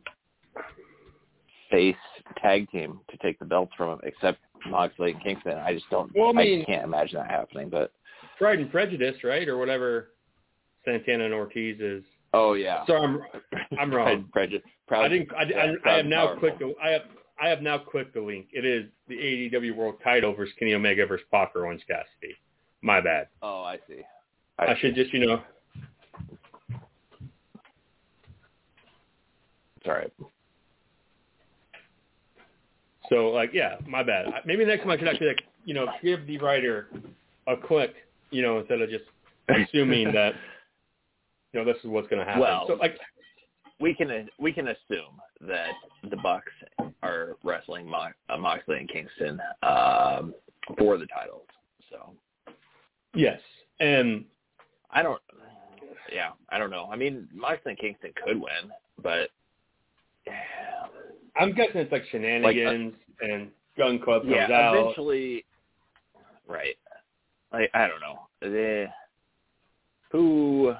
Speaker 4: face tag team to take the belts from them except Moxley and Kingston. I just don't.
Speaker 3: Well, I mean-
Speaker 4: can't imagine that happening. But
Speaker 3: Pride and Prejudice, right, or whatever. Santana and Ortiz is.
Speaker 4: oh yeah,
Speaker 3: So I'm I'm wrong.
Speaker 4: Pride and Prejudice. Proud-
Speaker 3: I didn't. I,
Speaker 4: yeah,
Speaker 3: I, I
Speaker 4: Proud
Speaker 3: have
Speaker 4: and
Speaker 3: now
Speaker 4: Powerful.
Speaker 3: clicked. The, I have. I have now clicked the link. It is the AEW World Title versus Kenny Omega versus Pac or Orange Cassidy. My bad.
Speaker 4: Oh, I see.
Speaker 3: I should just, you know,
Speaker 4: Sorry.
Speaker 3: so like, yeah, my bad. I- Maybe next time I should actually, like, you know, give the writer a click, you know, instead of just assuming that, you know, this is what's going to happen.
Speaker 4: Well-
Speaker 3: so like,
Speaker 4: we can we can assume that the Bucks are wrestling Mo- uh, Moxley and Kingston um, for the titles. So
Speaker 3: yes, and
Speaker 4: I don't. Yeah, I don't know. I mean, Moxley and Kingston could win, but
Speaker 3: I'm guessing it's like shenanigans and Gun Club comes
Speaker 4: uh, yeah,
Speaker 3: out.
Speaker 4: eventually, right? Like I don't know. They, who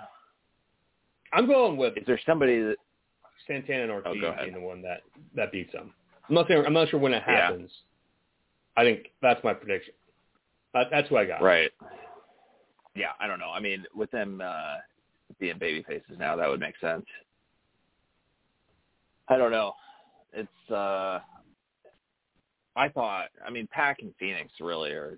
Speaker 3: I'm going with
Speaker 4: is there somebody that
Speaker 3: Santana and Ortiz
Speaker 4: Oh, go ahead.
Speaker 3: being the one that that beats them. I'm not saying, I'm not sure when it
Speaker 4: Yeah.
Speaker 3: happens. I think that's my prediction. That, that's what I got.
Speaker 4: Right. Yeah, I don't know. I mean, with them uh, being baby faces now, that would make sense. I don't know. It's uh I thought I mean Pack and Phoenix really are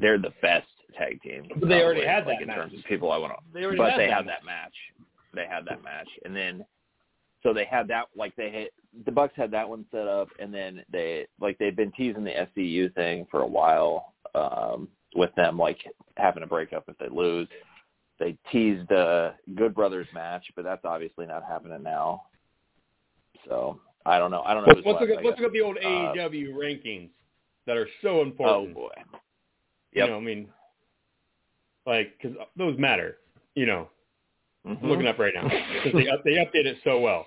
Speaker 4: they're the best tag team.
Speaker 3: But they already
Speaker 4: probably,
Speaker 3: had
Speaker 4: like,
Speaker 3: that
Speaker 4: in
Speaker 3: match.
Speaker 4: terms of people I want to
Speaker 3: They already
Speaker 4: but
Speaker 3: had
Speaker 4: they
Speaker 3: that.
Speaker 4: had that match. They had that match, and then so they had that like they had the Bucks had that one set up, and then they like they've been teasing the SCU thing for a while um, with them like having a breakup if they lose. They teased the Good Brothers match, but that's obviously not happening now. So I don't know. I don't know.
Speaker 3: Let's
Speaker 4: who's
Speaker 3: look,
Speaker 4: left,
Speaker 3: at,
Speaker 4: I
Speaker 3: let's
Speaker 4: guess.
Speaker 3: look at the old
Speaker 4: Uh,
Speaker 3: AEW rankings that are so
Speaker 4: Oh
Speaker 3: important.
Speaker 4: boy.
Speaker 3: You
Speaker 4: yep.
Speaker 3: know, I mean, like, because those matter. You know,
Speaker 4: Mhm.
Speaker 3: I'm looking up right now because they, up- they update it so well.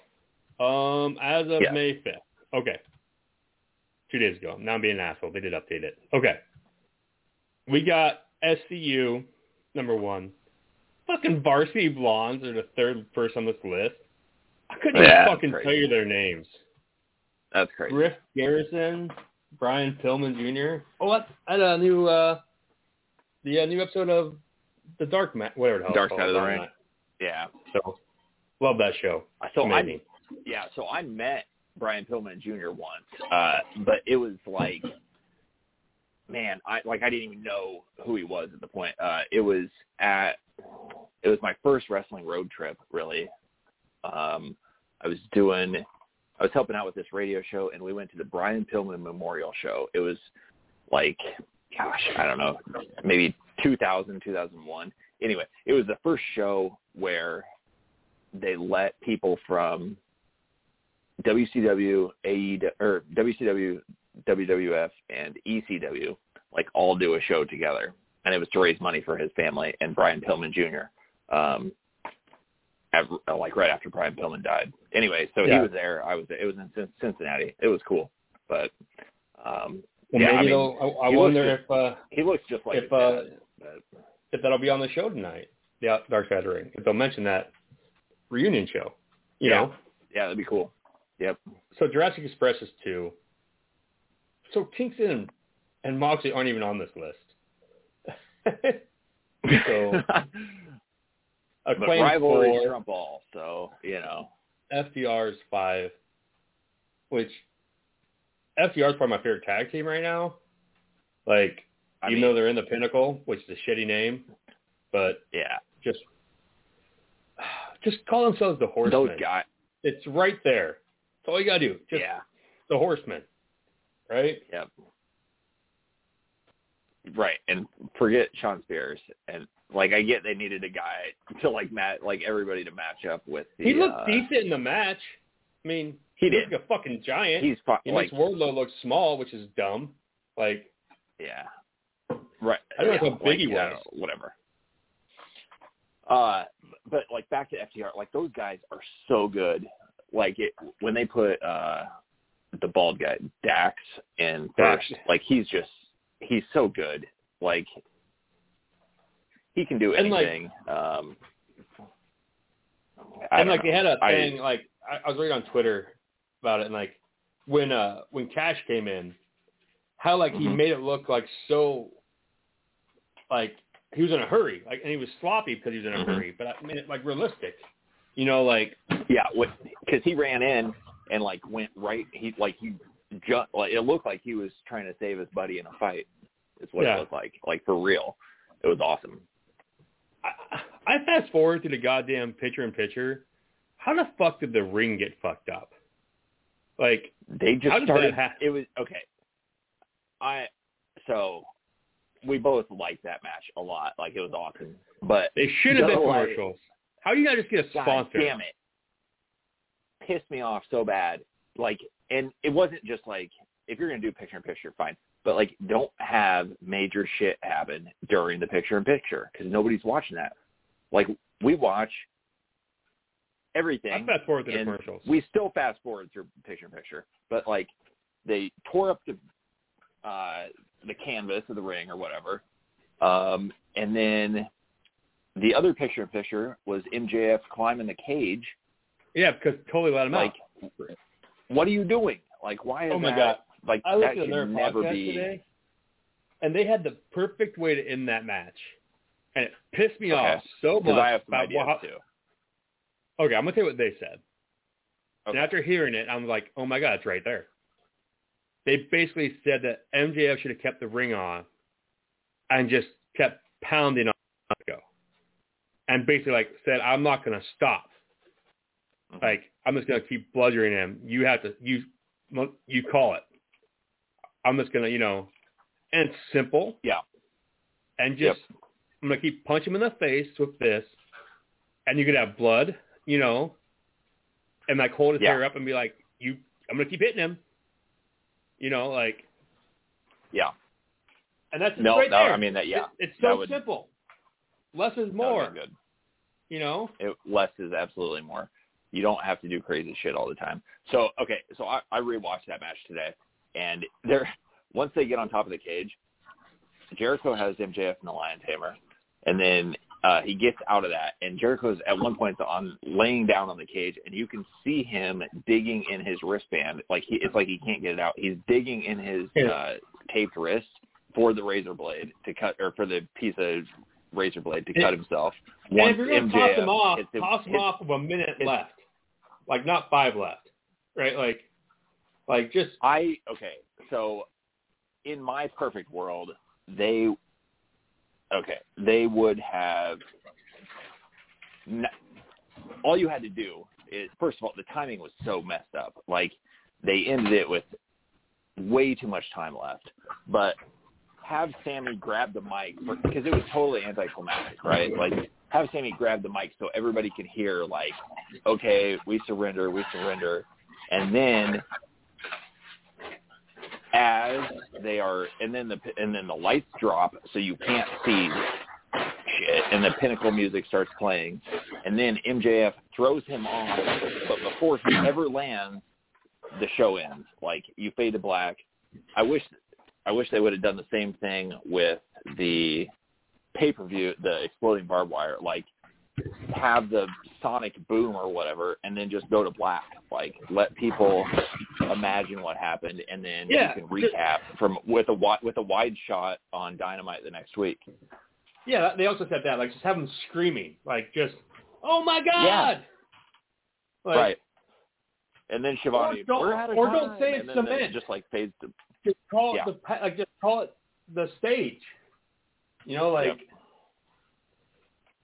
Speaker 3: Um, as of
Speaker 4: Yeah.
Speaker 3: May 5th. Okay. Two days ago. Now I'm being an asshole. They did update it. Okay. We got SCU, number one. Fucking Varsity Blondes are the third person on this list. I couldn't
Speaker 4: Yeah,
Speaker 3: even
Speaker 4: that's
Speaker 3: fucking
Speaker 4: crazy.
Speaker 3: tell you their names.
Speaker 4: That's crazy.
Speaker 3: Griff Garrison, Brian Pillman Jr. Oh, that's at a new uh, the uh, new episode of the Dark Ma- whatever the hell. it's
Speaker 4: Dark
Speaker 3: called,
Speaker 4: Side of the
Speaker 3: Dark
Speaker 4: Ring.
Speaker 3: Knight.
Speaker 4: Yeah.
Speaker 3: So love that show.
Speaker 4: So I
Speaker 3: Amazing.
Speaker 4: Yeah, so I met Brian Pillman Jr. once, uh, but it was like, man, I like I didn't even know who he was at the point. Uh, it was at, it was my first wrestling road trip, really. Um, I was doing, I was helping out with this radio show, and we went to the Brian Pillman Memorial Show. It was like, gosh, I don't know, maybe 2000, 2001. Anyway, it was the first show where they let people from WCW, AE, E or WCW, WWF, and ECW like all do a show together, and it was to raise money for his family and Brian Pillman Jr. Um, ever, like right after Brian Pillman died. Anyway, so
Speaker 3: Yeah.
Speaker 4: he was there. I was. It was in Cin- Cincinnati. It was cool, but um,
Speaker 3: And
Speaker 4: Yeah, I
Speaker 3: maybe
Speaker 4: mean,
Speaker 3: they'll- I, I
Speaker 4: he
Speaker 3: wonder
Speaker 4: looks
Speaker 3: if uh,
Speaker 4: he looks just like
Speaker 3: If,
Speaker 4: his dad,
Speaker 3: uh,
Speaker 4: but-
Speaker 3: if that'll be on the show tonight, the Out- Dark Side of the Ring. If they'll mention that reunion show, you
Speaker 4: Yeah.
Speaker 3: know.
Speaker 4: yeah, that'd be cool. Yep.
Speaker 3: So Jurassic Express is two. So Kingston and, and Moxley aren't even on this list. So,
Speaker 4: but
Speaker 3: Acclaim
Speaker 4: rivalry
Speaker 3: four,
Speaker 4: trump all. So you know,
Speaker 3: FDR is five, which FDR is probably my favorite tag team right now. Like,
Speaker 4: I
Speaker 3: even
Speaker 4: mean,
Speaker 3: though they're in the Pinnacle, which is a shitty name, but
Speaker 4: yeah,
Speaker 3: just just call themselves the Horsemen.
Speaker 4: those guys.
Speaker 3: It's right there. That's all you gotta do. Just
Speaker 4: Yeah,
Speaker 3: the Horsemen, right?
Speaker 4: yep. Right, and forget Sean Spears, and like I get they needed a guy to like match, like everybody to match up with. The,
Speaker 3: He looked
Speaker 4: uh,
Speaker 3: decent in the match. I mean,
Speaker 4: He
Speaker 3: looks
Speaker 4: did.
Speaker 3: like a fucking giant.
Speaker 4: He's pro-
Speaker 3: he
Speaker 4: like
Speaker 3: makes Wardlow look small, which is dumb. Like,
Speaker 4: Yeah. Right.
Speaker 3: I don't know
Speaker 4: yeah,
Speaker 3: how big he
Speaker 4: like, uh,
Speaker 3: was.
Speaker 4: whatever. Uh, but like back to FTR, like those guys are so good. Like it when they put uh the bald guy Dax in
Speaker 3: Dax.
Speaker 4: first, like he's just he's so good. Like he can do
Speaker 3: And, like-
Speaker 4: anything. um, I
Speaker 3: and
Speaker 4: don't
Speaker 3: like
Speaker 4: know.
Speaker 3: they had a
Speaker 4: I-
Speaker 3: thing. like I, I was reading on Twitter about it, and like when uh when Cash came in, how like he
Speaker 4: Mhm.
Speaker 3: made it look like so, like he was in a hurry, like and he was sloppy because he was in a
Speaker 4: Mhm.
Speaker 3: hurry, but I made it like realistic. You know, like
Speaker 4: Yeah, because he ran in and like went right. He like he ju- like it looked like he was trying to save his buddy in a fight. Is what
Speaker 3: Yeah.
Speaker 4: it looked like, like for real. It was awesome.
Speaker 3: I, I fast forward through the goddamn picture in picture. How the fuck did the ring get fucked up? Like
Speaker 4: They just
Speaker 3: How did
Speaker 4: started.
Speaker 3: that happen?
Speaker 4: It was okay. I so we both liked that match a lot. Like it was awesome. But
Speaker 3: they should have been
Speaker 4: No, like-
Speaker 3: commercials. How do you not just get a
Speaker 4: God
Speaker 3: sponsor?
Speaker 4: damn it, pissed me off so bad. Like, and it wasn't just like if you're gonna do picture in picture, fine, but like don't have major shit happen during the picture in picture because nobody's watching that. Like we watch
Speaker 3: I
Speaker 4: everything,
Speaker 3: fast forward through the
Speaker 4: and
Speaker 3: commercials.
Speaker 4: we still fast forward through picture in picture, but like they tore up the uh the canvas of the ring or whatever. Um and then the other picture in picture was MJF climbing the cage.
Speaker 3: yeah, because totally let him out.
Speaker 4: Like what are you doing? Like why is
Speaker 3: Oh my
Speaker 4: that
Speaker 3: God.
Speaker 4: like
Speaker 3: I
Speaker 4: that
Speaker 3: listened to
Speaker 4: should
Speaker 3: their
Speaker 4: never
Speaker 3: podcast
Speaker 4: be
Speaker 3: today, and they had the perfect way to end that match, and it pissed me
Speaker 4: Okay.
Speaker 3: off so much.
Speaker 4: because I have some
Speaker 3: about
Speaker 4: ideas
Speaker 3: wha-
Speaker 4: too.
Speaker 3: Okay, I'm gonna tell you what they said. And
Speaker 4: Okay.
Speaker 3: after hearing it, I'm like, oh my god, it's right there. They basically said that MJF should have kept the ring on, and just kept pounding on Jericho, and basically like said, I'm not gonna stop.
Speaker 4: Mhm.
Speaker 3: Like I'm just gonna keep bludgeoning him. You have to you you call it. I'm just gonna you know, and it's simple.
Speaker 4: Yeah.
Speaker 3: And just I'm gonna keep punching him in the face with this, and you could have blood, you know, and like hold his
Speaker 4: Yeah.
Speaker 3: hair up and be like, you, I'm gonna keep hitting him, you know, like,
Speaker 4: Yeah.
Speaker 3: and that's
Speaker 4: No,
Speaker 3: right
Speaker 4: no,
Speaker 3: there.
Speaker 4: I mean that yeah.
Speaker 3: It- it's
Speaker 4: that
Speaker 3: so
Speaker 4: would-
Speaker 3: simple. Less is
Speaker 4: that would be
Speaker 3: more,
Speaker 4: good.
Speaker 3: you know.
Speaker 4: it, less is absolutely more. You don't have to do crazy shit all the time. So okay, so I, I rewatched that match today, and they're once they get on top of the cage, Jericho has MJF in the Lion's Hammer, and then uh, he gets out of that, and Jericho's at one point on laying down on the cage, and you can see him digging in his wristband, like he, it's like he can't get it out. He's digging in his
Speaker 3: Yeah.
Speaker 4: uh, taped wrist for the razor blade to cut, or for the piece of razor blade to
Speaker 3: And-
Speaker 4: cut himself.
Speaker 3: And
Speaker 4: Once
Speaker 3: if you're gonna
Speaker 4: MJF
Speaker 3: toss him off,
Speaker 4: hits him-
Speaker 3: toss him
Speaker 4: hits-
Speaker 3: off with a minute
Speaker 4: hits-
Speaker 3: left, like not five left, right? Like, like just
Speaker 4: I okay. So in my perfect world, they okay, they would have n- all you had to do is first of all, the timing was so messed up. Like they ended it with way too much time left. But have Sammy grab the mic because it was totally anticlimactic, right? Like have Sammy grab the mic so everybody could hear like, okay, we surrender, we surrender, and then as they are, and then the and then the lights drop so you can't see shit, and the pinnacle music starts playing, and then MJF throws him off, but before he ever lands, the show ends. Like you fade to black. I wish, I wish they would have done the same thing with the pay per view, the exploding barbed wire. Like have the sonic boom or whatever, and then just go to black. Like let people imagine what happened, and then
Speaker 3: Yeah.
Speaker 4: you can recap from with a wi- with a wide shot on Dynamite the next week.
Speaker 3: Yeah, they also said that. Like, just have them screaming. Like, just, oh my god!
Speaker 4: Yeah.
Speaker 3: Like,
Speaker 4: right. And then Shivani,
Speaker 3: Or don't-
Speaker 4: we're out of
Speaker 3: or
Speaker 4: time.
Speaker 3: don't say
Speaker 4: and
Speaker 3: it's
Speaker 4: then
Speaker 3: cement.
Speaker 4: it just like fades to
Speaker 3: Just call
Speaker 4: Yeah.
Speaker 3: it the pa- like, just call it the stage. You know, like,
Speaker 4: Yep.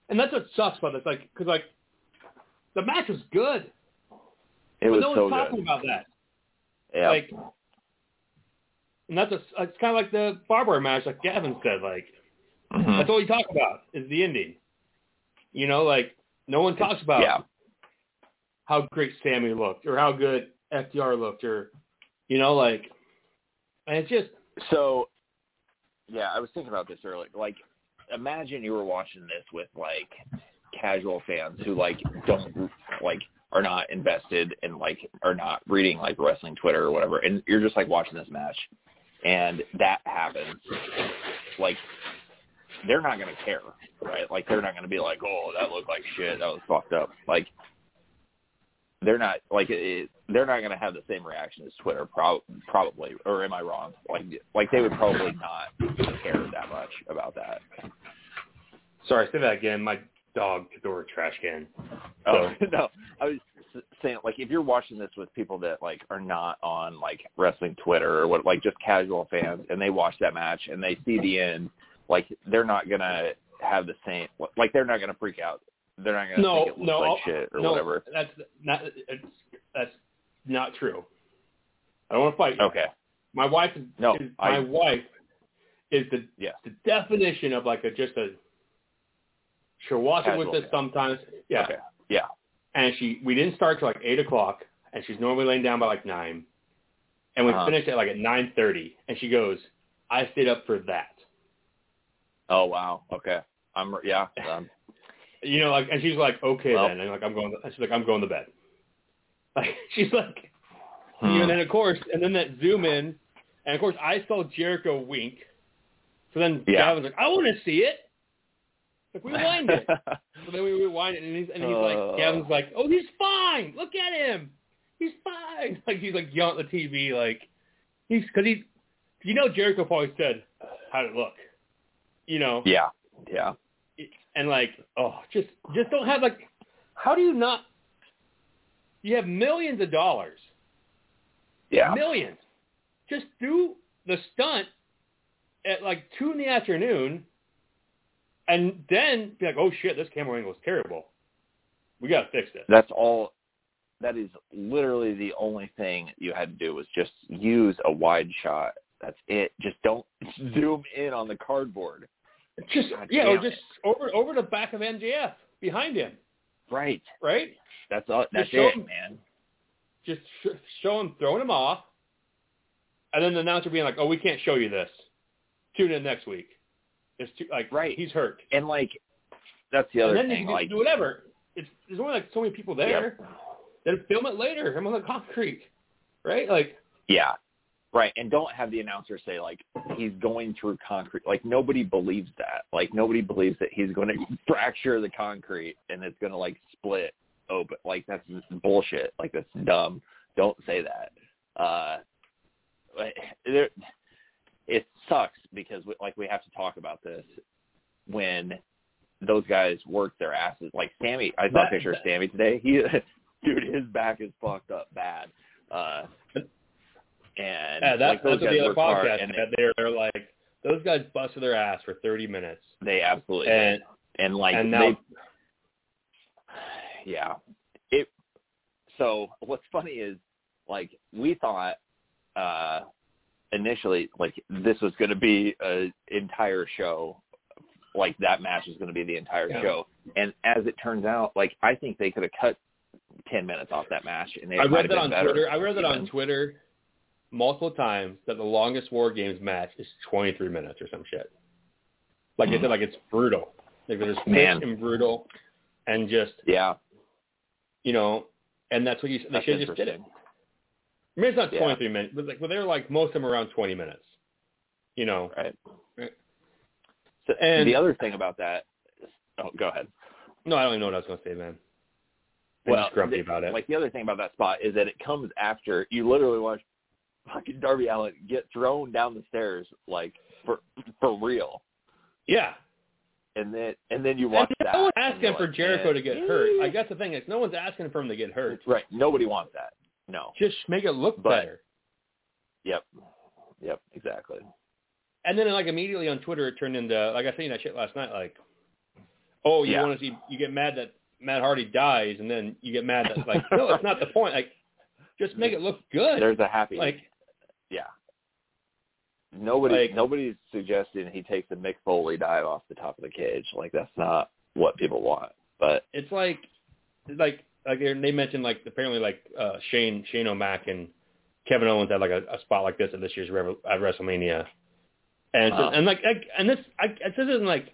Speaker 3: and that's what sucks about this. Like, because like, the match was good,
Speaker 4: it
Speaker 3: but
Speaker 4: was
Speaker 3: no one's
Speaker 4: so
Speaker 3: talking
Speaker 4: good.
Speaker 3: about that.
Speaker 4: Yeah.
Speaker 3: Like, and that's a, it's kind of like the Barbara match, like Gavin said. Like,
Speaker 4: Mhm.
Speaker 3: that's all you talk about is the ending. You know, like no one talks about
Speaker 4: yeah.
Speaker 3: how great Sammy looked or how good FDR looked or you know like and it's just
Speaker 4: So yeah, I was thinking about this earlier. Like imagine you were watching this with like casual fans who like don't like are not invested and like are not reading like wrestling Twitter or whatever and you're just like watching this match and that happens. Like they're not gonna care, right? Like they're not gonna be like, Oh, that looked like shit, that was fucked up. Like they're not like it, they're not going to have the same reaction as Twitter, prob- probably. Or am I wrong? Like, like they would probably not care that much about that.
Speaker 3: sorry say that again my dog could throw a trash can
Speaker 4: Oh no, I was s- saying like if you're watching this with people that like are not on like wrestling Twitter or what, like just casual fans, and they watch that match and they see the end, like they're not gonna have the same like they're not gonna freak out. They're not gonna
Speaker 3: No,
Speaker 4: think it looks
Speaker 3: no,
Speaker 4: like
Speaker 3: I'll-
Speaker 4: shit or
Speaker 3: no
Speaker 4: whatever.
Speaker 3: that's not it's, that's not true I don't want to fight you.
Speaker 4: Okay,
Speaker 3: my wife is,
Speaker 4: Oh. No,
Speaker 3: is-
Speaker 4: I-
Speaker 3: my wife is the
Speaker 4: Yeah.
Speaker 3: the definition of like a just a she'll watch it
Speaker 4: Casual
Speaker 3: with us
Speaker 4: fan.
Speaker 3: sometimes yeah
Speaker 4: Okay. yeah,
Speaker 3: and she we didn't start till like eight o'clock, and she's normally laying down by like nine, and we
Speaker 4: Uh-huh.
Speaker 3: finished at like at nine thirty, and she goes, "I stayed up for that,"
Speaker 4: oh wow, okay, I'm yeah, I'm
Speaker 3: you know, like, and she's like, "Okay
Speaker 4: Well-
Speaker 3: then," and like I'm going, and she's like, "I'm going to bed," like she's like,
Speaker 4: Hmm.
Speaker 3: you know, and then of course, and then that zoom in, and of course I saw Jericho wink, so then
Speaker 4: Yeah.
Speaker 3: Gavin's like, "I want to see it," like rewind it. So then we rewind it, and he's, and he's
Speaker 4: Uh.
Speaker 3: like, Gavin's like, oh, he's fine. Look at him. He's fine. Like he's like yelling at the TV, like he's because he, you know, Jericho probably said, how'd it look, you know,
Speaker 4: yeah, yeah.
Speaker 3: and like, oh, just just don't have like, how do you not? You have millions of dollars,
Speaker 4: Yeah.
Speaker 3: millions. Just do the stunt at like two in the afternoon, and then be like, oh shit, this camera angle is terrible. We gotta fix this.
Speaker 4: That's all that is literally the only thing you had to do was just use a wide shot. That's it. Just don't zoom in on the cardboard.
Speaker 3: Just
Speaker 4: God
Speaker 3: yeah, or
Speaker 4: damn it.
Speaker 3: just over over the back of MJF behind him,
Speaker 4: Right.
Speaker 3: right?
Speaker 4: That's all that's
Speaker 3: show
Speaker 4: it,
Speaker 3: them.
Speaker 4: man.
Speaker 3: Just sh- show him throwing him off, and then the announcer being like, "Oh, we can't show you this. Tune in next week." It's too like
Speaker 4: Right.
Speaker 3: he's hurt,
Speaker 4: And like that's the other
Speaker 3: and then you
Speaker 4: thing.
Speaker 3: can just
Speaker 4: Like
Speaker 3: do whatever. It's there's only like so many people there. Then film it later. Him on the concrete, right? Like
Speaker 4: yeah. Right. And don't have the announcer say like he's going through concrete. Like nobody believes that. Like nobody believes that he's going to fracture the concrete and it's going to like split open. Like that's bullshit. Like that's dumb. Don't say that. Uh like, there it sucks because we, like we have to talk about this when those guys work their asses. Like Sammy, I saw
Speaker 3: That-
Speaker 4: a picture of Sammy today. He dude, his back is fucked up bad. Uh and
Speaker 3: yeah, uh, that,
Speaker 4: like those
Speaker 3: that's what
Speaker 4: guys
Speaker 3: the other
Speaker 4: work hard,
Speaker 3: podcast
Speaker 4: and
Speaker 3: had. They're, they're like those guys busted their ass for 30 minutes,
Speaker 4: they absolutely
Speaker 3: and
Speaker 4: did. and like
Speaker 3: and now
Speaker 4: they yeah it so what's funny is like we thought uh initially like this was going to be a entire show like that match is going to be the entire
Speaker 3: Yeah.
Speaker 4: show and as it turns out like i think they could have cut 10 minutes off that match and they
Speaker 3: I
Speaker 4: might have
Speaker 3: read that
Speaker 4: been
Speaker 3: on
Speaker 4: better.
Speaker 3: Twitter. I read that on
Speaker 4: even.
Speaker 3: Twitter multiple times that the longest War Games match is 23 minutes or some shit. Like I said, like it's brutal. Like they're just
Speaker 4: Man.
Speaker 3: pitched and brutal. and just
Speaker 4: Yeah,
Speaker 3: you know, and that's what you they
Speaker 4: That's
Speaker 3: should have just did it.
Speaker 4: interesting.
Speaker 3: I mean, it's not
Speaker 4: Yeah.
Speaker 3: 23 minutes, but like, well, they're like most of them are around 20 minutes. You know,
Speaker 4: right.
Speaker 3: Right.
Speaker 4: So,
Speaker 3: And-
Speaker 4: the other thing about that, is, oh, go ahead.
Speaker 3: no, I don't even know what I was gonna say, man. I'm
Speaker 4: well,
Speaker 3: just grumpy
Speaker 4: the-
Speaker 3: about it.
Speaker 4: Like the other thing about that spot is that it comes after you literally watch fucking Darby Allen get thrown down the stairs like for for real,
Speaker 3: yeah,
Speaker 4: and then and then you watch
Speaker 3: And
Speaker 4: that.
Speaker 3: no one's
Speaker 4: and you're
Speaker 3: asking for
Speaker 4: like,
Speaker 3: Jericho
Speaker 4: "Man."
Speaker 3: to get hurt. Like that's the thing. It's no one's asking for him to get hurt.
Speaker 4: Right. Nobody wants that. No.
Speaker 3: Just make it look
Speaker 4: But-
Speaker 3: better.
Speaker 4: Yep. Yep. Exactly.
Speaker 3: And then like immediately on Twitter, it turned into like I seen that shit last night. Like, oh, you
Speaker 4: Yeah.
Speaker 3: want to see? You get mad that Matt Hardy dies, and then you get mad that like, no, it's not the point. Like, just make it look good.
Speaker 4: There's a happy.
Speaker 3: like,
Speaker 4: yeah. Nobody.
Speaker 3: Like-
Speaker 4: nobody's suggesting he takes a Mick Foley dive off the top of the cage. Like that's not what people want. But
Speaker 3: it's like, like, like they they mentioned like apparently like uh Shane Shane O'Mac and Kevin Owens had like a, a spot like this at this year's Revo- at WrestleMania, and so,
Speaker 4: Wow.
Speaker 3: and like, like and this I, this isn't like,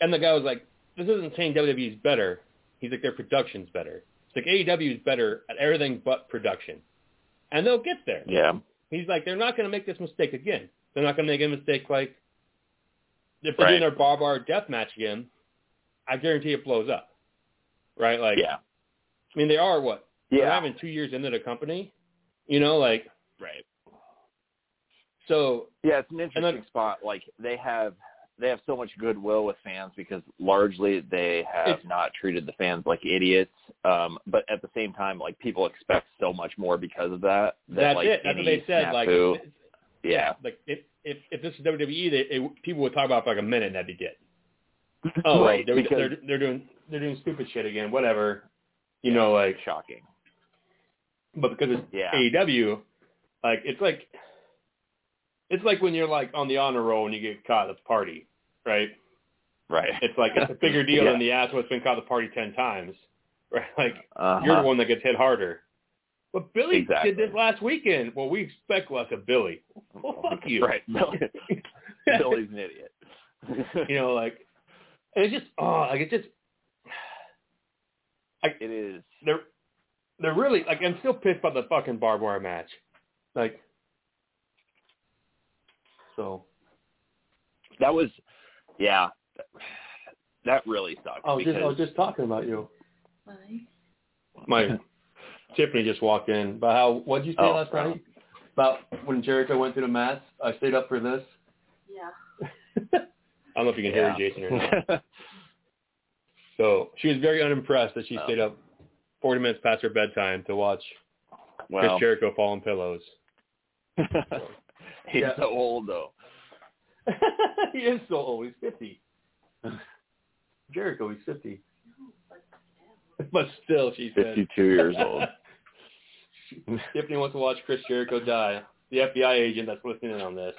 Speaker 3: and the guy was like, this isn't saying WWE's better. He's like their production's better. It's like AEW is better at everything but production, and they'll get there.
Speaker 4: yeah.
Speaker 3: He's like, they're not going to make this mistake again. They're not going to make a mistake like if they're
Speaker 4: Right.
Speaker 3: doing their barbed wire death match again. I guarantee it blows up, right? Like,
Speaker 4: yeah.
Speaker 3: I mean, they are what they're
Speaker 4: Yeah.
Speaker 3: having two years into the company, you know, like
Speaker 4: Right.
Speaker 3: so.
Speaker 4: Yeah, it's an
Speaker 3: then-
Speaker 4: interesting spot. Like they have they have so much goodwill with fans because largely they have
Speaker 3: It's-
Speaker 4: not treated the fans like idiots. Um, but at the same time, like people expect so much more because of that. that
Speaker 3: That's
Speaker 4: like,
Speaker 3: it. That's what
Speaker 4: any
Speaker 3: they said. Like,
Speaker 4: snafu-
Speaker 3: it's-
Speaker 4: yeah,
Speaker 3: like if if if this is WWE, they, it, people would talk about it for like a minute and that'd be it. Oh,
Speaker 4: Right,
Speaker 3: they're,
Speaker 4: because-
Speaker 3: they're they're doing they're doing stupid shit again. Whatever, you know, like
Speaker 4: shocking.
Speaker 3: but because it's
Speaker 4: Yeah.
Speaker 3: AEW, like it's like it's like when you're like on the honor roll and you get caught at the party, right?
Speaker 4: Right.
Speaker 3: It's like it's a bigger deal
Speaker 4: Yeah.
Speaker 3: than the asshole that's been caught at the party ten times, right? Like
Speaker 4: Uh-huh.
Speaker 3: you're the one that gets hit harder. But Billy
Speaker 4: Exactly.
Speaker 3: did this last weekend. Well, we expect less of Billy. Well, fuck you.
Speaker 4: Right. Billy, Billy's an idiot.
Speaker 3: you know, like and it's just oh, like it just
Speaker 4: it is.
Speaker 3: they're they're really like I'm still pissed about the fucking barbed wire match. Like so
Speaker 4: That was. Yeah. That really sucks. because,
Speaker 3: Oh, just talking about you. My Tiffany just walked in. About how what'd you say
Speaker 4: Oh,
Speaker 3: last
Speaker 4: wow.
Speaker 3: night? About when Jericho went through the mass, I stayed up for this.
Speaker 1: Yeah.
Speaker 3: I don't know if you can
Speaker 4: yeah.
Speaker 3: hear Jason or not. So she was very unimpressed that she
Speaker 4: Oh.
Speaker 3: stayed up forty minutes past her bedtime to watch
Speaker 4: well,
Speaker 3: Chris Jericho fall on pillows.
Speaker 4: he's
Speaker 3: Yeah.
Speaker 4: so old though.
Speaker 3: he is so old. He's fifty. Jericho, he's fifty. But still, she said.
Speaker 4: 52 years old.
Speaker 3: Tiffany wants to watch Chris Jericho die. The FBI agent that's listening in on this,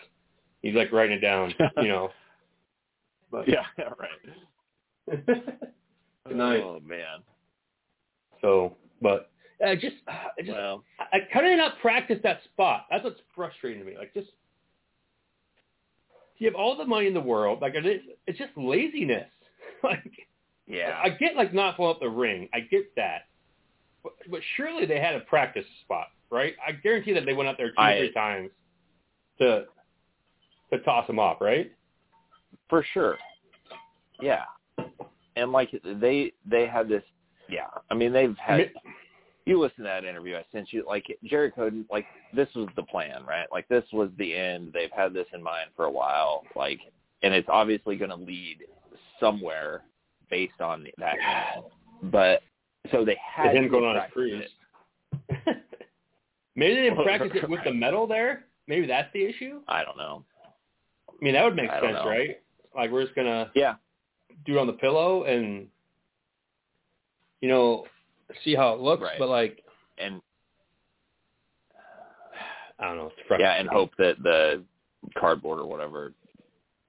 Speaker 3: he's like writing it down, you know. But
Speaker 4: yeah, right.
Speaker 3: Good night.
Speaker 4: Oh man.
Speaker 3: so, but I just, I just,
Speaker 4: Well,
Speaker 3: I kind of not practice that spot. That's what's frustrating to me. Like, just you have all the money in the world. Like, it is, it's just laziness. like,
Speaker 4: yeah.
Speaker 3: I get like not blowing up the ring. I get that. But, but surely they had a practice spot, right? I guarantee that they went out there two or
Speaker 4: I-
Speaker 3: three times to to toss him off, right?
Speaker 4: for sure. Yeah. And like they they had this yeah. I mean they've had you listen to that interview I sent you like Jericho like this was the plan, right? Like this was the end. They've had this in mind for a while. Like and it's obviously going to lead somewhere based on that. end. But so they had
Speaker 3: With him
Speaker 4: to
Speaker 3: going on a
Speaker 4: practice
Speaker 3: cruise.
Speaker 4: it.
Speaker 3: Maybe they didn't practice it with the metal there. Maybe that's the issue.
Speaker 4: I don't know.
Speaker 3: I mean, that would make
Speaker 4: I don't
Speaker 3: sense,
Speaker 4: know.
Speaker 3: right? Like we're just gonna
Speaker 4: Yeah.
Speaker 3: do it on the pillow and you know see how it looks,
Speaker 4: Right.
Speaker 3: but like
Speaker 4: And
Speaker 3: I don't know. It's
Speaker 4: yeah,
Speaker 3: frustrating.
Speaker 4: and hope that the cardboard or whatever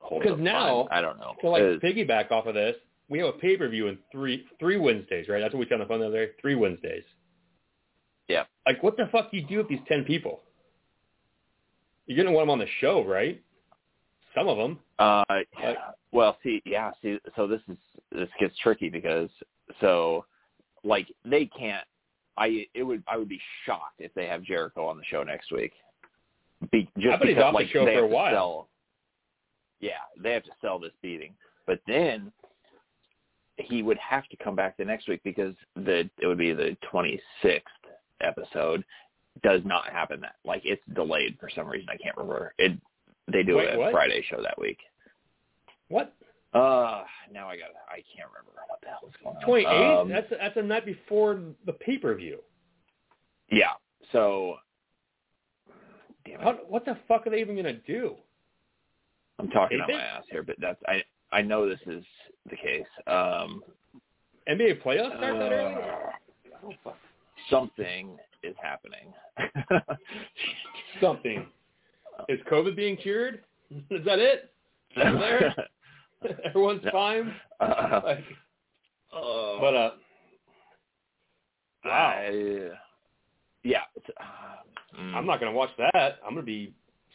Speaker 4: holds
Speaker 3: 'Cause
Speaker 4: up
Speaker 3: now-
Speaker 4: fine. I don't know.
Speaker 3: So like
Speaker 4: It's-
Speaker 3: piggyback off of this, we have a pay per view in three three Wednesdays, right? That's what we said on the phone the other day. Three Wednesdays.
Speaker 4: Yeah.
Speaker 3: Like what the fuck do you do with these ten people? You're gonna want them on the show, right? Some of them.
Speaker 4: uh, yeah. well, see, yeah, see, so this is this gets tricky because So, like, they can't. I it would I would be shocked if they have Jericho on the show next week. Be, just
Speaker 3: I bet he's
Speaker 4: because,
Speaker 3: off the
Speaker 4: like,
Speaker 3: show
Speaker 4: they
Speaker 3: for
Speaker 4: have
Speaker 3: a
Speaker 4: to
Speaker 3: while.
Speaker 4: Sell, yeah, they have to sell this beating, but then he would have to come back the next week because the it would be the 26th episode. Does not happen that like it's delayed for some reason. I can't remember. It they do
Speaker 3: Wait,
Speaker 4: a
Speaker 3: what?
Speaker 4: Friday show that week.
Speaker 3: What?
Speaker 4: Uh, now I got I can't remember what the hell is going on.
Speaker 3: Twenty eighth?
Speaker 4: Um,
Speaker 3: that's that's the night before the pay per view.
Speaker 4: yeah. So, damn it,
Speaker 3: What the fuck are they even gonna do?
Speaker 4: I'm talking out
Speaker 3: Tape
Speaker 4: my
Speaker 3: it?
Speaker 4: ass here, but that's I I know this is the case. Um,
Speaker 3: NBA playoffs start that early?
Speaker 4: uh, something is happening.
Speaker 3: Something. Is COVID being cured? Is that it? There? Everyone's
Speaker 4: No.
Speaker 3: fine.
Speaker 4: uh,
Speaker 3: Like,
Speaker 4: oh,
Speaker 3: but uh, wow.
Speaker 4: I, yeah. it's- uh, mm.
Speaker 3: I'm not gonna watch that. I'm gonna be